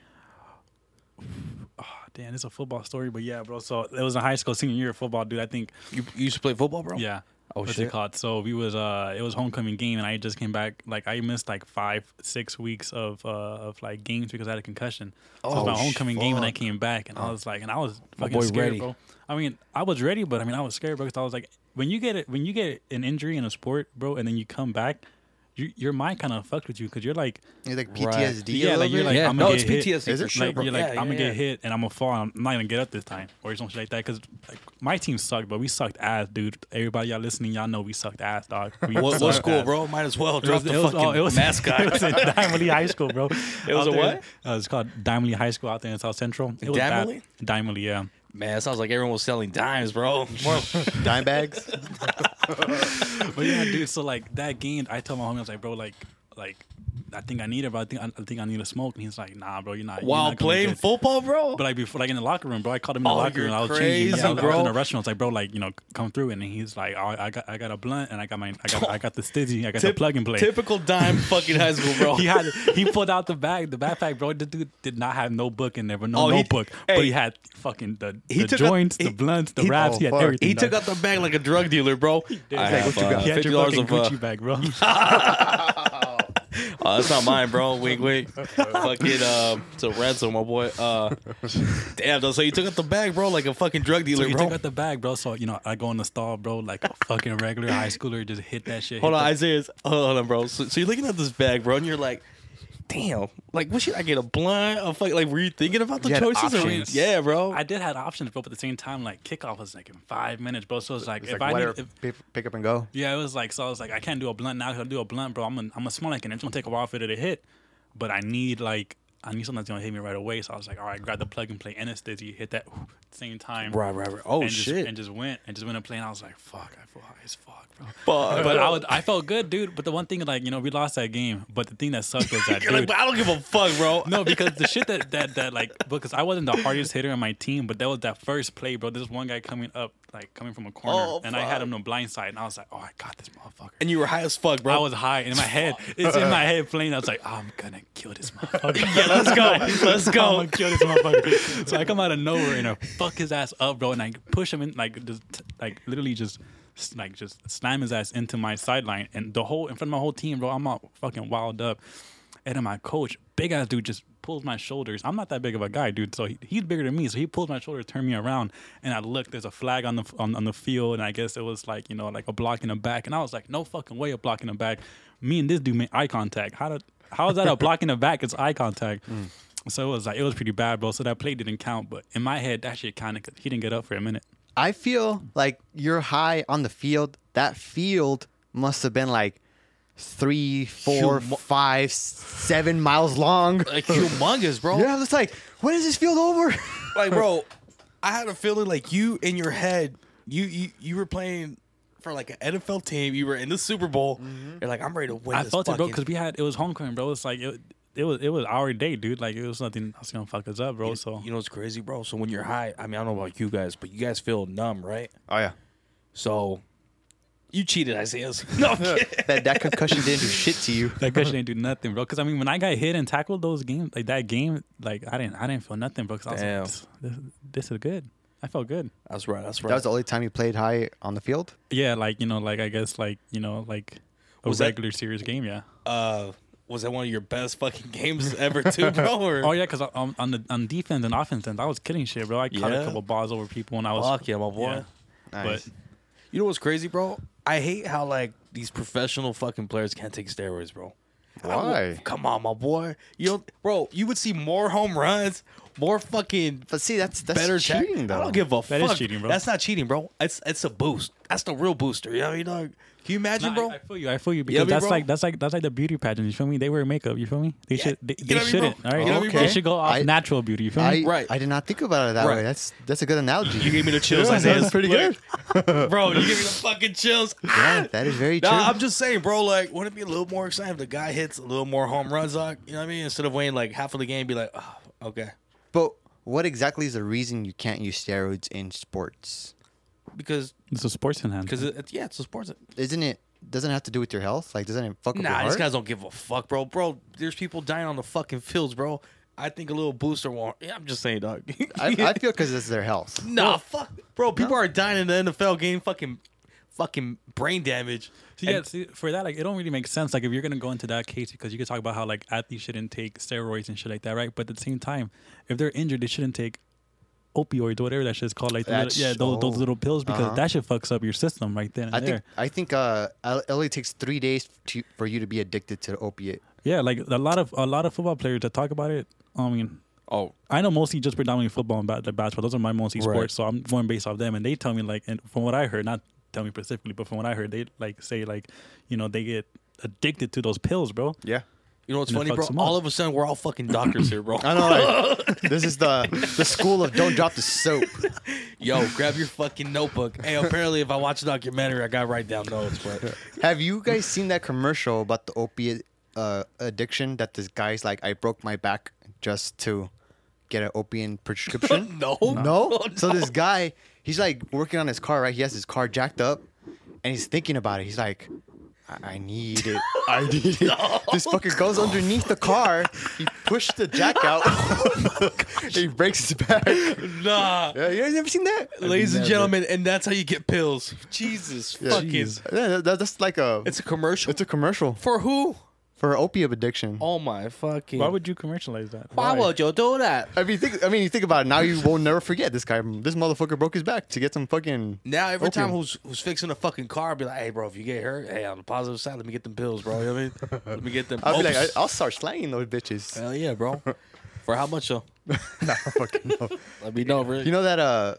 [SPEAKER 3] Oh, damn, it's a football story, but yeah, bro. So it was in high school, senior year of football, dude. I think
[SPEAKER 1] You, you used to play football, bro?
[SPEAKER 3] Yeah.
[SPEAKER 1] Oh,
[SPEAKER 3] What's
[SPEAKER 1] shit.
[SPEAKER 3] it called? So we was uh it was homecoming game and I just came back like I missed like five, six weeks of uh of like games because I had a concussion. So it
[SPEAKER 2] Oh,
[SPEAKER 3] was my homecoming game and I
[SPEAKER 2] fuck.
[SPEAKER 3] came back and I was like and I was fucking
[SPEAKER 1] Oh. boy
[SPEAKER 3] scared,
[SPEAKER 1] ready.
[SPEAKER 3] bro. I mean, I was ready, but I mean I was scared bro, because I was like when you get it when you get an injury in a sport, bro, and then you come back, you, your mind kind of fucked with you because you're like
[SPEAKER 2] You're like
[SPEAKER 1] Right.
[SPEAKER 2] PTSD. a
[SPEAKER 3] Yeah,
[SPEAKER 2] little
[SPEAKER 3] like, you're
[SPEAKER 2] bit?
[SPEAKER 3] like-
[SPEAKER 1] yeah.
[SPEAKER 3] I'ma
[SPEAKER 1] no, it's
[SPEAKER 3] get hit.
[SPEAKER 1] PTSD
[SPEAKER 2] Is
[SPEAKER 1] for
[SPEAKER 2] it?
[SPEAKER 1] sure,
[SPEAKER 3] like
[SPEAKER 1] bro.
[SPEAKER 3] you're like
[SPEAKER 1] Yeah,
[SPEAKER 3] I'm gonna
[SPEAKER 1] yeah,
[SPEAKER 3] get
[SPEAKER 1] yeah.
[SPEAKER 3] hit and I'm gonna fall. and I'm not gonna get up this time or something like that. Because like my team sucked, but we sucked ass, dude. Everybody y'all listening, y'all know we sucked ass, dog. We
[SPEAKER 1] What, what
[SPEAKER 3] sucked
[SPEAKER 1] school,
[SPEAKER 3] ass.
[SPEAKER 1] bro? Might as well drop the fucking
[SPEAKER 3] oh, it was-
[SPEAKER 1] mascot.
[SPEAKER 3] It was at Dimely High School, bro. It
[SPEAKER 1] was a what?
[SPEAKER 3] Uh, it's called Dimely High School out there in South Central. It was bad.
[SPEAKER 1] Dimely?
[SPEAKER 3] Dimely, yeah.
[SPEAKER 1] Man, it sounds like everyone was selling dimes, bro.
[SPEAKER 2] dime bags.
[SPEAKER 3] but yeah, dude. So like that game, I tell my homie, I was like, bro, like, like, I think I need it, but I think I, I think I need a smoke. And he's like, nah, bro, you're not. you're
[SPEAKER 1] While
[SPEAKER 3] not gonna
[SPEAKER 1] playing
[SPEAKER 3] get-
[SPEAKER 1] football, bro?
[SPEAKER 3] But like before, like in the locker room, bro, I called him in the
[SPEAKER 1] Oh,
[SPEAKER 3] locker
[SPEAKER 1] you're
[SPEAKER 3] room. I was
[SPEAKER 1] crazy,
[SPEAKER 3] changing, yeah, I was- I was
[SPEAKER 1] bro.
[SPEAKER 3] in the restaurant. I was like, bro, like you know, come through. And he's like, oh, I got, I got a blunt, and I got my, I got, I got the stizzy, I got the plug and play.
[SPEAKER 1] Typical dime fucking high school, bro.
[SPEAKER 3] He had, he pulled out the bag, the backpack, bro. The dude did not have no book in there, but no
[SPEAKER 1] Oh, he-
[SPEAKER 3] notebook.
[SPEAKER 1] hey.
[SPEAKER 3] but he had fucking the,
[SPEAKER 1] He
[SPEAKER 3] the
[SPEAKER 1] took out-
[SPEAKER 3] joints,
[SPEAKER 1] he-
[SPEAKER 3] the blunts, the
[SPEAKER 1] he-
[SPEAKER 3] wraps.
[SPEAKER 2] oh,
[SPEAKER 3] he had
[SPEAKER 2] fuck.
[SPEAKER 3] everything.
[SPEAKER 1] He took
[SPEAKER 3] dog.
[SPEAKER 1] out the bag like a drug dealer, bro. I
[SPEAKER 3] He's like,
[SPEAKER 1] have,
[SPEAKER 3] what you
[SPEAKER 1] uh,
[SPEAKER 3] got? He had
[SPEAKER 1] fifty
[SPEAKER 3] your
[SPEAKER 1] dollars
[SPEAKER 3] fucking
[SPEAKER 1] of. Uh,
[SPEAKER 3] Gucci bag, bro.
[SPEAKER 1] oh, that's not mine, bro. Wink, wink. fucking uh, it's a ransom, my boy. Uh, damn, though. So you took out the bag, bro, like a fucking drug
[SPEAKER 3] So
[SPEAKER 1] dealer,
[SPEAKER 3] he
[SPEAKER 1] bro.
[SPEAKER 3] took out the bag, bro. So you know, I go in the stall, bro, like a fucking regular high schooler, just hit that shit.
[SPEAKER 1] Hold
[SPEAKER 3] hit
[SPEAKER 1] on,
[SPEAKER 3] the-
[SPEAKER 1] Isaiah. Hold on, bro. So, so you're looking at this bag, bro, and you're like, damn, like, what should I get? A blunt? A fuck? Like, were you thinking about the
[SPEAKER 2] You had
[SPEAKER 1] choices? Or,
[SPEAKER 2] options.
[SPEAKER 1] yeah, bro.
[SPEAKER 3] I did have options, bro. But at the same time, like kickoff was like in five minutes, bro. So it's like
[SPEAKER 2] It's
[SPEAKER 3] if
[SPEAKER 2] like
[SPEAKER 3] I
[SPEAKER 2] whatever,
[SPEAKER 3] need, if,
[SPEAKER 2] pick, pick up and go.
[SPEAKER 3] yeah, it was like so I was like I can't do a blunt now. 'cause If I do a blunt, bro, I'm gonna I'm gonna smell like it. It's gonna take a while for it to hit, but I need like I need something that's gonna hit me right away. So I was like, all right, grab the plug and play anesthesia, hit that whoo, at the same time.
[SPEAKER 1] right, right, right. Oh
[SPEAKER 3] and just,
[SPEAKER 1] shit.
[SPEAKER 3] And just went and just went and played. And I was like, fuck, I feel high as fuck, bro.
[SPEAKER 1] Fuck,
[SPEAKER 3] But I
[SPEAKER 1] bro.
[SPEAKER 3] would, I felt good, dude. But the one thing, like you know, we lost that game. But the thing that sucked was that
[SPEAKER 1] You're
[SPEAKER 3] dude,
[SPEAKER 1] like, but I don't give a fuck, bro.
[SPEAKER 3] no, because the shit that that that like because I wasn't the hardest hitter on my team, but that was that first play, bro. This one guy coming up, like coming from a corner,
[SPEAKER 1] Oh,
[SPEAKER 3] and I had
[SPEAKER 1] fuck.
[SPEAKER 3] him on blind side, and I was like, oh, I got this motherfucker.
[SPEAKER 1] And you were high as fuck, bro.
[SPEAKER 3] I was high in my head. It's in my head playing. I was like, "Oh, I'm gonna kill this motherfucker.
[SPEAKER 1] Yeah, let's go. Let's
[SPEAKER 3] I'm
[SPEAKER 1] go.
[SPEAKER 3] gonna kill this motherfucker. so I come out of nowhere and I fuck his ass up, bro, and I push him in, like just like literally just like just slam his ass into my sideline, and the whole in front of my whole team, bro. I'm all fucking wild up, and then my coach, big ass dude, just pulls my shoulders. I'm not that big of a guy, dude, so he, he's bigger than me. So he pulls my shoulder, turned me around, and I look. There's a flag on the on, on the field, and I guess it was like you know like a block in the back, and I was like, no fucking way, a block in the back. Me and this dude made eye contact. How did how is that a block in the back? It's eye contact.
[SPEAKER 1] Mm.
[SPEAKER 3] So it was like it was pretty bad, bro. So that play didn't count, but in my head, that shit kind of he didn't get up for a minute.
[SPEAKER 2] I feel like you're high on the field. That field must have been like three, four,
[SPEAKER 1] Humo-
[SPEAKER 2] five, s- seven miles long.
[SPEAKER 1] like humongous, bro.
[SPEAKER 2] Yeah, it's like, when is this field over?
[SPEAKER 1] Like, bro, I had a feeling like you in your head, you you, you were playing for like an NFL team. You were in the Super Bowl. You're like, I'm ready to win.
[SPEAKER 3] I
[SPEAKER 1] this
[SPEAKER 3] felt it, bro,
[SPEAKER 1] fucking-
[SPEAKER 3] because we had it was homecoming, bro. It's like it, it was it was our day, dude. Like it was nothing that's gonna fuck us up, bro. So
[SPEAKER 1] you know what's crazy, bro. So when you're high, I mean, I don't know about you guys, but you guys feel numb, right?
[SPEAKER 2] oh yeah,
[SPEAKER 1] So you cheated, Isaiah. No, I'm kidding.
[SPEAKER 2] that that concussion didn't do shit to you.
[SPEAKER 3] that question didn't do nothing, bro. Because I mean, when I got hit and tackled those games, like that game, like I didn't I didn't feel nothing, bro. Because I was
[SPEAKER 1] Damn.
[SPEAKER 3] like, this, this, this is good. I felt good.
[SPEAKER 1] that's right. That's right.
[SPEAKER 2] That was the only time you played high on the field.
[SPEAKER 3] Yeah, like you know, like I guess like you know, like a
[SPEAKER 1] Was that-
[SPEAKER 3] regular serious game. Yeah,
[SPEAKER 1] uh, was that one of your best fucking games ever, too, bro? Or?
[SPEAKER 3] Oh yeah, because on, on the on defense and offense, I was killing shit, bro. I caught
[SPEAKER 1] Yeah.
[SPEAKER 3] a couple balls over people when I was.
[SPEAKER 1] Fuck yeah, my boy.
[SPEAKER 3] Yeah.
[SPEAKER 2] Nice.
[SPEAKER 3] But
[SPEAKER 1] You know what's crazy, bro? I hate how like these professional fucking players can't take steroids, bro. I would-
[SPEAKER 2] Why?
[SPEAKER 1] come on, my boy. You know, bro, you would see more home runs, more fucking
[SPEAKER 2] But see, that's that's
[SPEAKER 1] better check-
[SPEAKER 2] cheating, though.
[SPEAKER 1] I don't give a
[SPEAKER 3] That
[SPEAKER 1] fuck.
[SPEAKER 3] is cheating, bro.
[SPEAKER 1] That's not cheating, bro. It's it's a boost. That's the real booster. You know, you know. Can you imagine,
[SPEAKER 3] Nah,
[SPEAKER 1] bro?
[SPEAKER 3] I, I feel you. I feel you because
[SPEAKER 1] me,
[SPEAKER 3] that's
[SPEAKER 1] bro?
[SPEAKER 3] like that's like that's like the beauty pageant. You feel me? They wear makeup. You feel me? They should. They,
[SPEAKER 1] You
[SPEAKER 3] they
[SPEAKER 1] know what I mean, bro?
[SPEAKER 3] shouldn't. All right.
[SPEAKER 1] You know what I
[SPEAKER 2] mean,
[SPEAKER 3] They
[SPEAKER 2] bro?
[SPEAKER 3] should go off
[SPEAKER 2] I-
[SPEAKER 3] natural beauty. You feel
[SPEAKER 2] I,
[SPEAKER 3] me?
[SPEAKER 1] Right.
[SPEAKER 2] I did not think about it that
[SPEAKER 1] Right.
[SPEAKER 2] way. That's that's a good analogy.
[SPEAKER 1] you gave me the chills.
[SPEAKER 2] Yeah,
[SPEAKER 1] Isaiah.
[SPEAKER 2] that's pretty
[SPEAKER 1] Look,
[SPEAKER 2] good.
[SPEAKER 1] bro. You gave me the fucking chills.
[SPEAKER 2] yeah, that is very true.
[SPEAKER 1] No, I'm just saying, bro. Like, wouldn't it be a little more exciting if the guy hits a little more home runs? Like, you know what I mean? Instead of waiting like half of the game, be like, oh, okay,
[SPEAKER 2] but what exactly is the reason you can't use steroids in sports?
[SPEAKER 1] because
[SPEAKER 3] It's a sports enhancement.
[SPEAKER 1] because it, it- yeah, it's a sports.
[SPEAKER 2] Isn't it? Doesn't it have to do with your health? Like, doesn't it fuck up your
[SPEAKER 1] Nah,
[SPEAKER 2] heart?
[SPEAKER 1] these guys don't give a fuck, bro. Bro, there's people dying on the fucking fields, bro. I think a little booster won't. Yeah, I'm just saying, dog.
[SPEAKER 2] I, I feel because it's their health.
[SPEAKER 1] nah, fuck, bro. People are dying in the NFL game, fucking, fucking brain damage.
[SPEAKER 3] See, yeah, see, for that, like, it don't really make sense. Like, if you're gonna go into that case, because you could talk about how like athletes shouldn't take steroids and shit like that, right? But at the same time, if they're injured, they shouldn't take opioids, whatever that shit's called, like the
[SPEAKER 2] That's-
[SPEAKER 3] little, yeah, those, those
[SPEAKER 2] oh.
[SPEAKER 3] little pills, because
[SPEAKER 1] Uh-huh.
[SPEAKER 3] that shit fucks up your system right then and
[SPEAKER 2] I
[SPEAKER 3] there.
[SPEAKER 2] think I think uh, it only takes three days to, for you to be addicted to the opiate.
[SPEAKER 3] yeah, like a lot of a lot of football players that talk about it. I mean,
[SPEAKER 1] Oh,
[SPEAKER 3] I know mostly just predominantly football and ba- the basketball. Those are my mostly
[SPEAKER 1] Right.
[SPEAKER 3] sports, so I'm going based off them. And they tell me like, and from what I heard, not tell me specifically, but from what I heard, they like say like, you know, they get addicted to those pills, bro.
[SPEAKER 2] Yeah,
[SPEAKER 1] you know what's
[SPEAKER 3] And it
[SPEAKER 1] funny, bro?
[SPEAKER 3] fucks 'em
[SPEAKER 1] All
[SPEAKER 3] up.
[SPEAKER 1] of a sudden, we're all fucking doctors here, bro.
[SPEAKER 2] I know. Like, this is the the school of don't drop the soap.
[SPEAKER 1] Yo, grab your fucking notebook. Hey, apparently, if I watch a documentary, I gotta write down notes, but
[SPEAKER 2] Have you guys seen that commercial about the opiate uh, addiction? That this guy's like, I broke my back just to get an opiate prescription.
[SPEAKER 1] no,
[SPEAKER 2] No. So this guy, he's like working on his car, right? He has his car jacked up, and he's thinking about it. He's like, I, I need it. I need it.
[SPEAKER 1] Oh
[SPEAKER 2] This fucker goes underneath the car. He pushed the jack out.
[SPEAKER 1] Oh
[SPEAKER 2] and he breaks his back. Yeah,
[SPEAKER 1] nah.
[SPEAKER 2] you guys never seen that?
[SPEAKER 1] Ladies and
[SPEAKER 3] never-
[SPEAKER 1] gentlemen, and that's how you get pills. Jesus
[SPEAKER 2] Yeah.
[SPEAKER 1] fucking.
[SPEAKER 3] Jeez.
[SPEAKER 2] Yeah, that- that- that's like a.
[SPEAKER 1] It's a commercial.
[SPEAKER 2] It's a commercial
[SPEAKER 1] For who?
[SPEAKER 2] for opiate addiction.
[SPEAKER 1] Oh my fucking.
[SPEAKER 3] Why would you commercialize that?
[SPEAKER 1] you do that?
[SPEAKER 2] I mean, think, I mean, you think about it. Now you will never forget this guy. This motherfucker broke his back to get some fucking.
[SPEAKER 1] Now every time
[SPEAKER 2] Opium.
[SPEAKER 1] who's who's fixing a fucking car, be like, hey bro, if you get hurt, hey on the positive side, let me get them pills, bro. You know what I mean? Let me get them.
[SPEAKER 2] I'll be
[SPEAKER 1] Oops.
[SPEAKER 2] like, I, I'll start slanging those bitches.
[SPEAKER 1] Hell yeah, bro. For how much though?
[SPEAKER 2] Nah, I fucking know.
[SPEAKER 1] Let me know, bro.
[SPEAKER 2] You know that uh,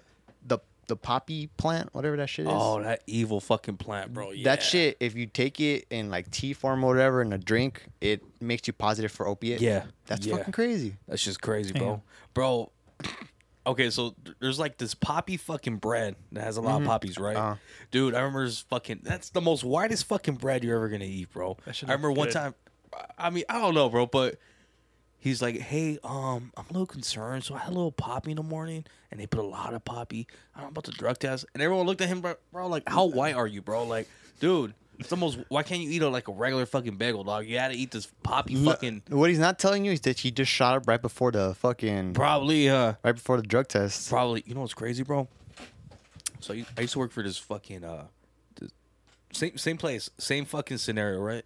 [SPEAKER 2] the the poppy plant, whatever that shit is.
[SPEAKER 1] oh, that evil fucking plant, bro. Yeah.
[SPEAKER 2] That shit, if you take it in like tea form or whatever in a drink, it makes you positive for opiate.
[SPEAKER 1] Yeah.
[SPEAKER 2] That's
[SPEAKER 1] Yeah.
[SPEAKER 2] fucking crazy.
[SPEAKER 1] That's just crazy, bro. Bro. Okay, so th- there's like this poppy fucking bread that has a
[SPEAKER 3] Mm-hmm.
[SPEAKER 1] lot of poppies, right?
[SPEAKER 2] Uh-huh.
[SPEAKER 1] Dude, I remember this fucking. That's the most widest fucking bread you're ever gonna eat, bro.
[SPEAKER 3] shit
[SPEAKER 1] I remember
[SPEAKER 3] looks
[SPEAKER 1] one
[SPEAKER 3] good.
[SPEAKER 1] time. I- I mean, I don't know, bro, but he's like, "Hey, um, I'm a little concerned, so I had a little poppy in the morning, and they put a lot of poppy. I'm about to drug test, and everyone looked at him, bro, bro like, how white are you, bro? Like, dude, it's almost. Why can't you eat a, like a regular fucking bagel, dog? You had to eat this poppy fucking."
[SPEAKER 2] What he's not telling you is that he just shot up right before the fucking
[SPEAKER 1] Probably, uh,
[SPEAKER 2] right before the drug test.
[SPEAKER 1] probably you know what's crazy, bro. So I I used to work for this fucking uh, this- same same place, same fucking scenario, right?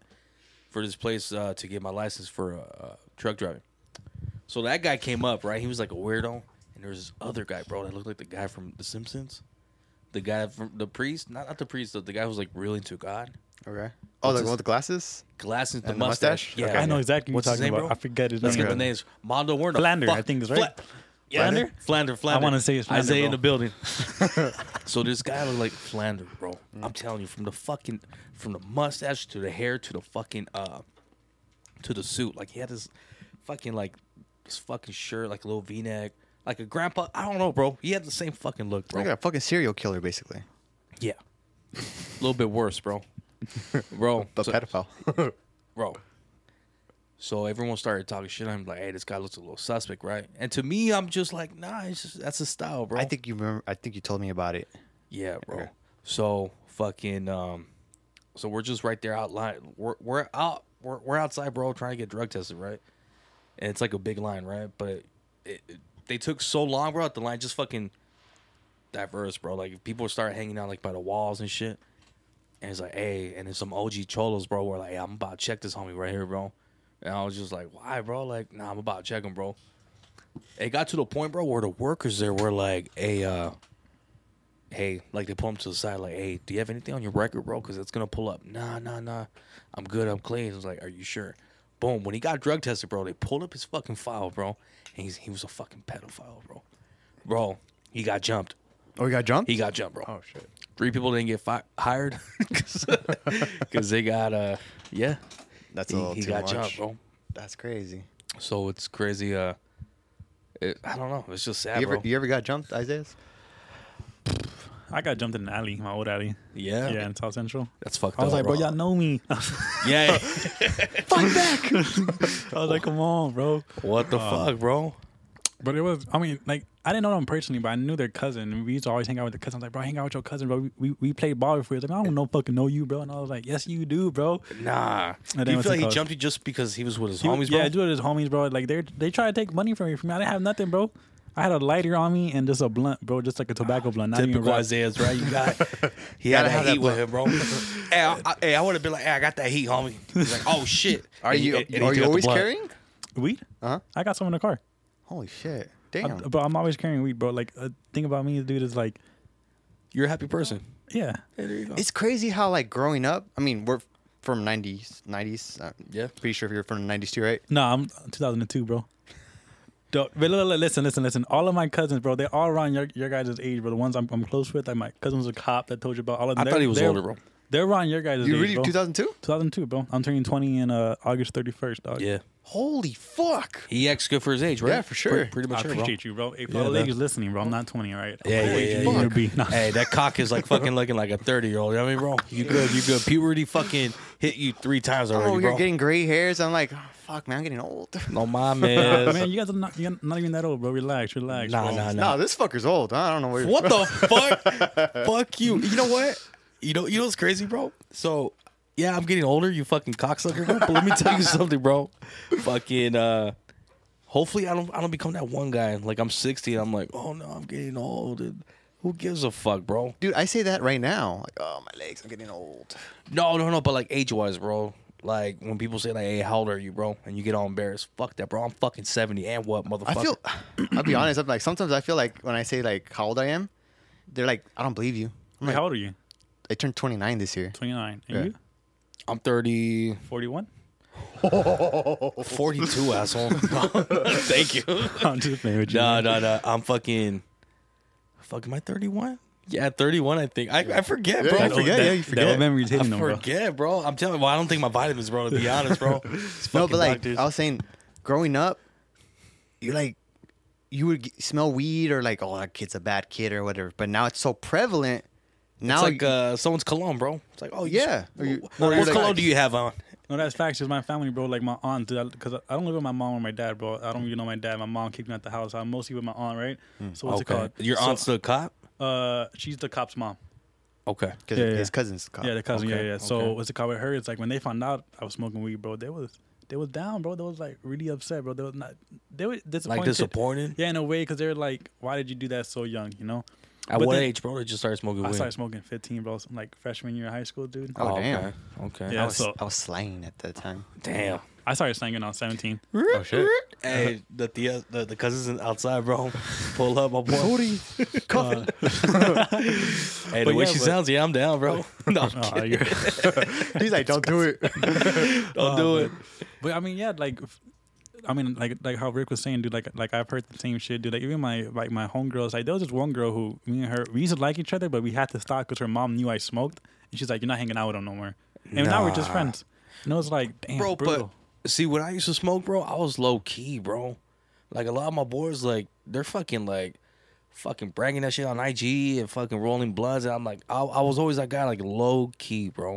[SPEAKER 1] For this place uh, to get my license for uh, uh, truck driving. So that guy came up, right? He was like a weirdo, and there was this other guy, bro, that looked like the guy from The Simpsons, the guy from the priest, not not the priest, the, the guy who was like really into God,
[SPEAKER 2] Okay. Oh,
[SPEAKER 1] What's
[SPEAKER 2] the,
[SPEAKER 1] his-
[SPEAKER 2] with the glasses.
[SPEAKER 1] glasses, the
[SPEAKER 2] And the
[SPEAKER 1] mustache.
[SPEAKER 2] mustache?
[SPEAKER 1] Yeah,
[SPEAKER 2] Okay.
[SPEAKER 3] I know
[SPEAKER 1] yeah.
[SPEAKER 3] exactly what
[SPEAKER 1] What's
[SPEAKER 3] you're
[SPEAKER 1] his
[SPEAKER 3] talking
[SPEAKER 1] name,
[SPEAKER 3] about. I
[SPEAKER 1] bro?
[SPEAKER 3] forget his
[SPEAKER 1] Let's
[SPEAKER 3] name.
[SPEAKER 1] get the names. Mondo, where the
[SPEAKER 3] Flander,
[SPEAKER 1] fuck-
[SPEAKER 3] I think is
[SPEAKER 1] Fla-
[SPEAKER 3] right.
[SPEAKER 1] yeah.
[SPEAKER 3] Flander?
[SPEAKER 1] Flander, Flander.
[SPEAKER 3] wanna say it's Flander,
[SPEAKER 1] Isaiah in
[SPEAKER 3] bro.
[SPEAKER 1] the building. so this guy looked like Flander, bro. I'm telling you, from the fucking, from the mustache to the hair to the fucking, uh, to the suit. Like he had this fucking like this fucking shirt, like a little V-neck, like a grandpa. I don't know, bro. He had the same fucking look, bro.
[SPEAKER 2] Like a fucking serial killer, basically.
[SPEAKER 1] Yeah, a little bit worse, bro. Bro,
[SPEAKER 2] The
[SPEAKER 1] so-
[SPEAKER 2] pedophile.
[SPEAKER 1] bro. So everyone started talking shit. I'm like, hey, this guy looks a little suspect, right? And to me, I'm just like, nah, it's just, that's a style, bro.
[SPEAKER 2] I think you remember. I think you told me about it.
[SPEAKER 1] Yeah, bro. So fucking um so we're just right there out line we're we're out we're, we're outside, bro, trying to get drug tested, right? And it's like a big line, right? But it, it, they took so long, bro, at the line just fucking diverse, bro. Like people start hanging out like by the walls and shit. And it's like, hey, and then some OG cholos, bro, were like, yeah, I'm about to check this homie right here, bro. And I was just like, why, bro? Like, nah, I'm about to check them, bro. It got to the point, bro, where the workers there were like, hey, uh, hey, like they pull him to the side, like, hey, do you have anything on your record, bro? Because it's gonna pull up. Nah, nah, nah. I'm good. I'm clean. I was like, are you sure? Boom. When he got drug tested, bro, they pulled up his fucking file, bro, and he's, he was a fucking pedophile, bro. Bro, he got jumped.
[SPEAKER 2] Oh, you got jumped?
[SPEAKER 1] He got jumped, bro.
[SPEAKER 2] oh shit.
[SPEAKER 1] Three people didn't get fi- hired because they got uh yeah.
[SPEAKER 2] That's a
[SPEAKER 1] He,
[SPEAKER 2] little
[SPEAKER 1] he
[SPEAKER 2] too
[SPEAKER 1] got
[SPEAKER 2] much.
[SPEAKER 1] jumped, bro.
[SPEAKER 2] That's crazy.
[SPEAKER 1] So it's crazy. Uh, it, I don't know. It's just sad,
[SPEAKER 2] you ever
[SPEAKER 1] bro.
[SPEAKER 2] you ever got jumped, Isaiah?
[SPEAKER 3] I got jumped in an alley, my old alley.
[SPEAKER 1] yeah,
[SPEAKER 3] Yeah, in South Central.
[SPEAKER 1] that's fucked
[SPEAKER 3] I was
[SPEAKER 1] up,
[SPEAKER 3] like, bro, y'all know me. I
[SPEAKER 1] yeah.
[SPEAKER 3] was like, come on, bro.
[SPEAKER 1] what the
[SPEAKER 2] Oh.
[SPEAKER 1] fuck, bro?
[SPEAKER 3] But it was, I mean, like, I didn't know them personally, but I knew their cousin. And we used to always hang out with the cousin. I was like, bro, hang out with your cousin, bro. We, we, we played ball before. He was like, I don't know, fucking know you, bro. And I was like, yes, you do, bro.
[SPEAKER 1] Nah.
[SPEAKER 3] I
[SPEAKER 1] Do you
[SPEAKER 3] went to
[SPEAKER 1] feel like he
[SPEAKER 3] college.
[SPEAKER 1] jumped you just because he was with his
[SPEAKER 3] He-
[SPEAKER 1] homies, bro?
[SPEAKER 3] Yeah, I do it with his homies, bro. Like, they they try to take money from me. From me. I didn't have nothing, bro. I had a lighter on me and just a blunt, bro, just like a tobacco blunt. Not even
[SPEAKER 1] Typical
[SPEAKER 3] wrapped.
[SPEAKER 1] Isaiah's, right? You got he had
[SPEAKER 2] Gotta
[SPEAKER 1] a
[SPEAKER 2] have
[SPEAKER 1] heat
[SPEAKER 2] that
[SPEAKER 1] with him, bro. hey, I, I, hey, I would have been like, hey, I got that heat, homie. He's like, oh shit.
[SPEAKER 2] Are
[SPEAKER 1] And he-
[SPEAKER 2] you
[SPEAKER 1] and he
[SPEAKER 2] are
[SPEAKER 1] took out
[SPEAKER 2] you
[SPEAKER 1] the
[SPEAKER 2] always
[SPEAKER 1] blunt.
[SPEAKER 2] carrying?
[SPEAKER 3] Weed?
[SPEAKER 1] Uh-huh.
[SPEAKER 2] Huh?
[SPEAKER 3] I got some in the car.
[SPEAKER 2] Holy shit.
[SPEAKER 3] I-
[SPEAKER 2] Damn.
[SPEAKER 3] but I'm always carrying weed, bro. Like, a thing about me, dude, is like,
[SPEAKER 1] You're a happy person.
[SPEAKER 3] yeah.
[SPEAKER 1] Hey, there you go.
[SPEAKER 2] It's crazy how like growing up. I mean, we're from '90s, '90s. Uh,
[SPEAKER 1] Yeah.
[SPEAKER 2] pretty sure if you're from the '90s too, right?
[SPEAKER 3] No, I'm 2002, bro. Don't- But look, look, listen, listen, listen. All of my cousins, bro, they're all around your, your guys' age, bro. The ones I'm, I'm close with, like my cousin was a cop that told you about all of them.
[SPEAKER 1] I thought
[SPEAKER 3] They're-
[SPEAKER 1] he was
[SPEAKER 3] they're-
[SPEAKER 1] older, bro.
[SPEAKER 3] They're around your guys'
[SPEAKER 2] You
[SPEAKER 3] age,
[SPEAKER 2] really
[SPEAKER 3] bro.
[SPEAKER 2] 2002?
[SPEAKER 3] 2002, bro. I'm turning 20 in uh, August 31st, dog.
[SPEAKER 1] Yeah.
[SPEAKER 2] Holy fuck!
[SPEAKER 1] He acts good for his age, right?
[SPEAKER 2] Yeah, for sure.
[SPEAKER 1] Pretty, pretty
[SPEAKER 3] I
[SPEAKER 1] much, bro.
[SPEAKER 3] appreciate you, bro. Hey, for all
[SPEAKER 1] Yeah,
[SPEAKER 3] the
[SPEAKER 1] man.
[SPEAKER 3] ladies listening, bro, I'm not 20, all right?
[SPEAKER 1] Yeah,
[SPEAKER 3] I'm
[SPEAKER 1] yeah,
[SPEAKER 3] the age
[SPEAKER 1] yeah,
[SPEAKER 3] you need
[SPEAKER 1] yeah.
[SPEAKER 3] to be. Nah.
[SPEAKER 1] Hey, that cock is like fucking looking like a 30 year old. You know what I mean, bro? You good. You good. Puberty fucking hit you three times already,
[SPEAKER 2] Oh,
[SPEAKER 1] bro.
[SPEAKER 2] you're getting gray hairs. I'm like, oh, fuck, man, I'm getting old.
[SPEAKER 1] no, my
[SPEAKER 3] Nah,
[SPEAKER 1] man.
[SPEAKER 3] man, you guys are not, you're not even that old, bro. Relax, relax.
[SPEAKER 1] Nah,
[SPEAKER 3] bro.
[SPEAKER 1] nah,
[SPEAKER 2] No,
[SPEAKER 1] nah.
[SPEAKER 2] this fucker's old. I don't know where.
[SPEAKER 1] What the fuck? fuck you. You know what? You know, you know what's crazy, bro? So, yeah, I'm getting older, you fucking cocksucker. Bro. But let me tell you something, bro. Fucking uh hopefully I don't I don't become that one guy. Like I'm 60 and I'm like, "Oh no, I'm getting old." And who gives a fuck, bro?
[SPEAKER 2] Dude, I say that right now. Like, oh, my legs, I'm getting old.
[SPEAKER 1] No, no, no, but like age-wise, bro. Like when people say like, "Hey, how old are you, bro?" and you get all embarrassed. Fuck that, bro. I'm fucking 70 and what, motherfucker?
[SPEAKER 2] I feel. I'll be honest. I'm like sometimes I feel like when I say like how old I am, they're like, I don't believe you. I'm
[SPEAKER 3] Wait,
[SPEAKER 2] like,
[SPEAKER 3] how old are you?
[SPEAKER 2] I turned 29 this year.
[SPEAKER 3] 29. And
[SPEAKER 2] Yeah.
[SPEAKER 3] you?
[SPEAKER 1] I'm 30
[SPEAKER 3] 41?
[SPEAKER 1] 42, asshole. Thank you.
[SPEAKER 3] I'm just playing with you.
[SPEAKER 1] No,
[SPEAKER 3] man.
[SPEAKER 1] no, no. I'm fucking. Fuck, am I 31? Yeah, 31. I think I, I forget, bro.
[SPEAKER 2] I forget,
[SPEAKER 3] That-
[SPEAKER 2] yeah, you
[SPEAKER 3] That
[SPEAKER 2] forget.
[SPEAKER 3] old memory's
[SPEAKER 1] I
[SPEAKER 3] hitting them, bro.
[SPEAKER 1] forget, bro. I'm telling. Well, I don't think my vitamins, bro. To be honest, bro. These
[SPEAKER 2] No,
[SPEAKER 1] fucking
[SPEAKER 2] but like
[SPEAKER 1] doctors.
[SPEAKER 2] I was saying, growing up, you're like, you would g- smell weed or like, oh, that kid's a bad kid or whatever. But now it's so prevalent. Now,
[SPEAKER 1] it's like
[SPEAKER 2] you-
[SPEAKER 1] uh, someone's cologne, bro. It's like, oh you
[SPEAKER 2] Yeah.
[SPEAKER 1] sm-
[SPEAKER 2] Or you-
[SPEAKER 1] What,
[SPEAKER 2] or you're
[SPEAKER 1] what
[SPEAKER 2] like-
[SPEAKER 1] cologne do you have on?
[SPEAKER 3] No, that's facts. It's my family, bro. Like my aunt, dude. Because I, I don't live with my mom or my dad, bro. I don't even know my dad. My mom kicked me out the house. I'm mostly with my aunt, right? So what's it called?
[SPEAKER 1] Hmm. Your
[SPEAKER 3] So,
[SPEAKER 1] aunt's the cop.
[SPEAKER 3] uh, she's the cop's mom.
[SPEAKER 1] Okay.
[SPEAKER 2] 'cause
[SPEAKER 3] yeah, yeah.
[SPEAKER 2] his cousin's cop.
[SPEAKER 3] Yeah, the cousin.
[SPEAKER 1] Ah, okay,
[SPEAKER 3] Yeah, yeah. So
[SPEAKER 1] okay.
[SPEAKER 3] what's it called with her? It's like when they found out I was smoking weed, bro. They was they was down, bro. They was like really upset, bro. They was not. They were disappointed.
[SPEAKER 1] Like disappointed.
[SPEAKER 3] Yeah, in a way, because they were like, "Why did you do that so young?" You know.
[SPEAKER 1] At
[SPEAKER 3] But
[SPEAKER 1] what
[SPEAKER 3] then-
[SPEAKER 1] age, bro? Did you start smoking
[SPEAKER 3] I
[SPEAKER 1] weed?
[SPEAKER 3] started smoking 15, bro. So, like freshman year of high school, dude.
[SPEAKER 2] Oh, damn.
[SPEAKER 1] Okay. okay.
[SPEAKER 2] I
[SPEAKER 3] Yeah.
[SPEAKER 2] was,
[SPEAKER 3] so-
[SPEAKER 2] I was slaying at that time.
[SPEAKER 1] Damn.
[SPEAKER 3] I started singing on 17.
[SPEAKER 2] Oh shit!
[SPEAKER 1] Hey, the, the the the cousins outside, bro. Pull up, my boy.
[SPEAKER 3] Uh,
[SPEAKER 1] Hey, the
[SPEAKER 3] But
[SPEAKER 1] way
[SPEAKER 3] yeah,
[SPEAKER 1] she
[SPEAKER 3] but-
[SPEAKER 1] sounds, yeah, I'm down, bro. no, I'm
[SPEAKER 3] oh,
[SPEAKER 1] kidding.
[SPEAKER 3] you're-
[SPEAKER 2] He's like, don't do it.
[SPEAKER 1] don't do it.
[SPEAKER 3] But I mean, yeah, like, f- I mean, like, like how Rick was saying, dude. Like, like I've heard the same shit, dude. Like even my like my homegirls, like there was this one girl who me and her we used to like each other, but we had to stop because her mom knew I smoked, and she's like, "You're not hanging out with him no more." And now we're just
[SPEAKER 1] Nah.
[SPEAKER 3] friends. And it was like, damn,
[SPEAKER 1] bro.
[SPEAKER 3] brutal.
[SPEAKER 1] But see, when I used to smoke, bro, I was low key, bro. Like a lot of my boys, like they're fucking like fucking bragging that shit on IG and fucking rolling bloods, and I'm like, I, I was always that guy, like low key, bro.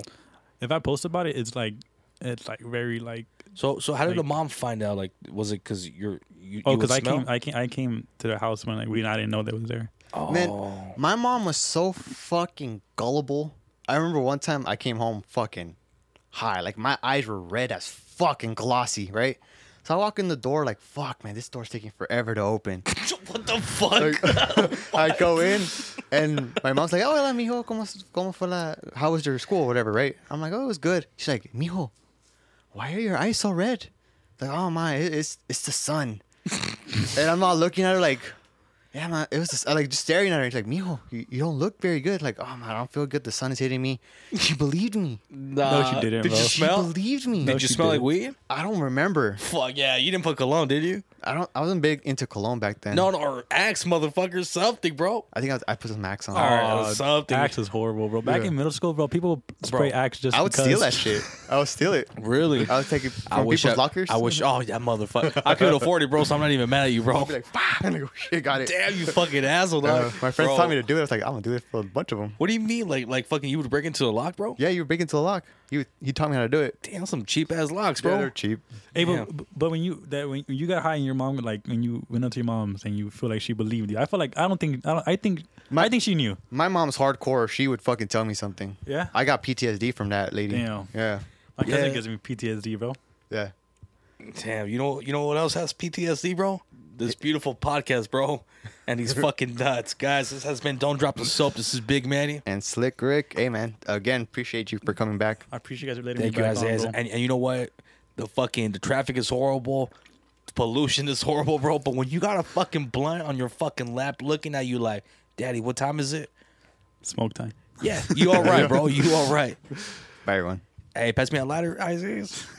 [SPEAKER 3] if I post about it, it's like, it's like very like.
[SPEAKER 1] So, so how did the
[SPEAKER 3] Like-
[SPEAKER 1] mom find out? Like, was it because you're you?
[SPEAKER 3] Oh,
[SPEAKER 1] you would
[SPEAKER 3] because I
[SPEAKER 1] smell?
[SPEAKER 3] came, I came, I came to the house when like we, and I didn't know that was there.
[SPEAKER 1] oh,
[SPEAKER 2] Man, my mom was so fucking gullible. I remember one time I came home fucking high. Like my eyes were red as fucking glossy, right? So I walk in the door like, fuck, man, this door's taking forever to open.
[SPEAKER 1] what the fuck?
[SPEAKER 2] Like, I go in and my mom's like, hola, mijo, ¿cómo, es- cómo fue la, how was your school, whatever, right? I'm like, oh, it was good. She's like, mijo, why are your eyes so red? Like, oh my, it- it's it's the sun. and I'm not looking at her like, yeah, man, it was just, I, like just staring at her. It's like, mijo, you, you don't look very good. Like, oh man, I don't feel good. The sun is hitting me. She believed me.
[SPEAKER 1] Nah,
[SPEAKER 3] she didn't,
[SPEAKER 1] Did
[SPEAKER 3] bro.
[SPEAKER 1] you
[SPEAKER 2] She
[SPEAKER 1] smell?
[SPEAKER 2] believed me.
[SPEAKER 1] Did you
[SPEAKER 3] she
[SPEAKER 1] smell like
[SPEAKER 3] didn't.
[SPEAKER 1] weed?
[SPEAKER 2] I don't remember.
[SPEAKER 1] Fuck yeah, you didn't put cologne, did you?
[SPEAKER 2] I don't. I wasn't big into cologne back then.
[SPEAKER 1] No, no, or axe, motherfucker, something, bro.
[SPEAKER 2] I think I, was, I put some Max on.
[SPEAKER 1] All right.
[SPEAKER 3] Uh,
[SPEAKER 1] Oh, something.
[SPEAKER 3] Axe is horrible, bro. Back
[SPEAKER 2] Yeah.
[SPEAKER 3] in middle school, bro, people spray Axe just
[SPEAKER 2] I would
[SPEAKER 3] because.
[SPEAKER 2] steal that shit. I would steal it.
[SPEAKER 1] Really?
[SPEAKER 2] I would take it from
[SPEAKER 1] I wish
[SPEAKER 2] people's
[SPEAKER 1] I,
[SPEAKER 2] lockers.
[SPEAKER 1] I wish. Oh, that motherfucker. I could afford it, bro. So I'm not even mad at you, bro.
[SPEAKER 2] Be like, "Bah," and I go, shit, got it.
[SPEAKER 1] Damn, you fucking asshole. dog.
[SPEAKER 2] Uh, my friends
[SPEAKER 1] Bro,
[SPEAKER 2] taught me to do it. I was like, I'm gonna do this for a bunch of them.
[SPEAKER 1] What do you mean, like, like fucking you would break into a lock, bro?
[SPEAKER 2] Yeah, you were big into the lock. You he taught me how to do it.
[SPEAKER 1] Damn, some cheap ass locks,
[SPEAKER 2] Yeah,
[SPEAKER 1] bro.
[SPEAKER 2] they're cheap.
[SPEAKER 3] Hey,
[SPEAKER 1] Damn.
[SPEAKER 3] but, but when you that when you got high and your mom like when you went up to your mom's and you feel like she believed you, I feel like I don't think I, don't, I think I think she knew.
[SPEAKER 2] My mom's hardcore. She would fucking tell me something.
[SPEAKER 3] Yeah?
[SPEAKER 2] I got PTSD from that lady.
[SPEAKER 3] Damn.
[SPEAKER 2] Yeah.
[SPEAKER 3] My cousin
[SPEAKER 1] Yeah.
[SPEAKER 3] gives me PTSD, bro.
[SPEAKER 2] Yeah.
[SPEAKER 1] Damn, you know, you know what else has PTSD, bro? This beautiful podcast, bro, and these fucking nuts, guys. This has been don't drop the soap. This is Big Manny.
[SPEAKER 2] And Slick Rick, hey man, again, appreciate you for coming back.
[SPEAKER 3] I appreciate you guys for letting
[SPEAKER 1] Thank
[SPEAKER 3] me
[SPEAKER 1] you
[SPEAKER 3] back
[SPEAKER 1] guys,
[SPEAKER 3] on,
[SPEAKER 1] guys.
[SPEAKER 3] bro.
[SPEAKER 1] And, and you know what? The fucking the traffic is horrible. Pollution is horrible, bro. But when you got a fucking blunt on your fucking lap, looking at you like, "Daddy, what time is it?"
[SPEAKER 3] Smoke time.
[SPEAKER 1] Yeah, you all right, bro? You all right?
[SPEAKER 2] Bye everyone.
[SPEAKER 1] Hey, pass me a lighter, Isaiah.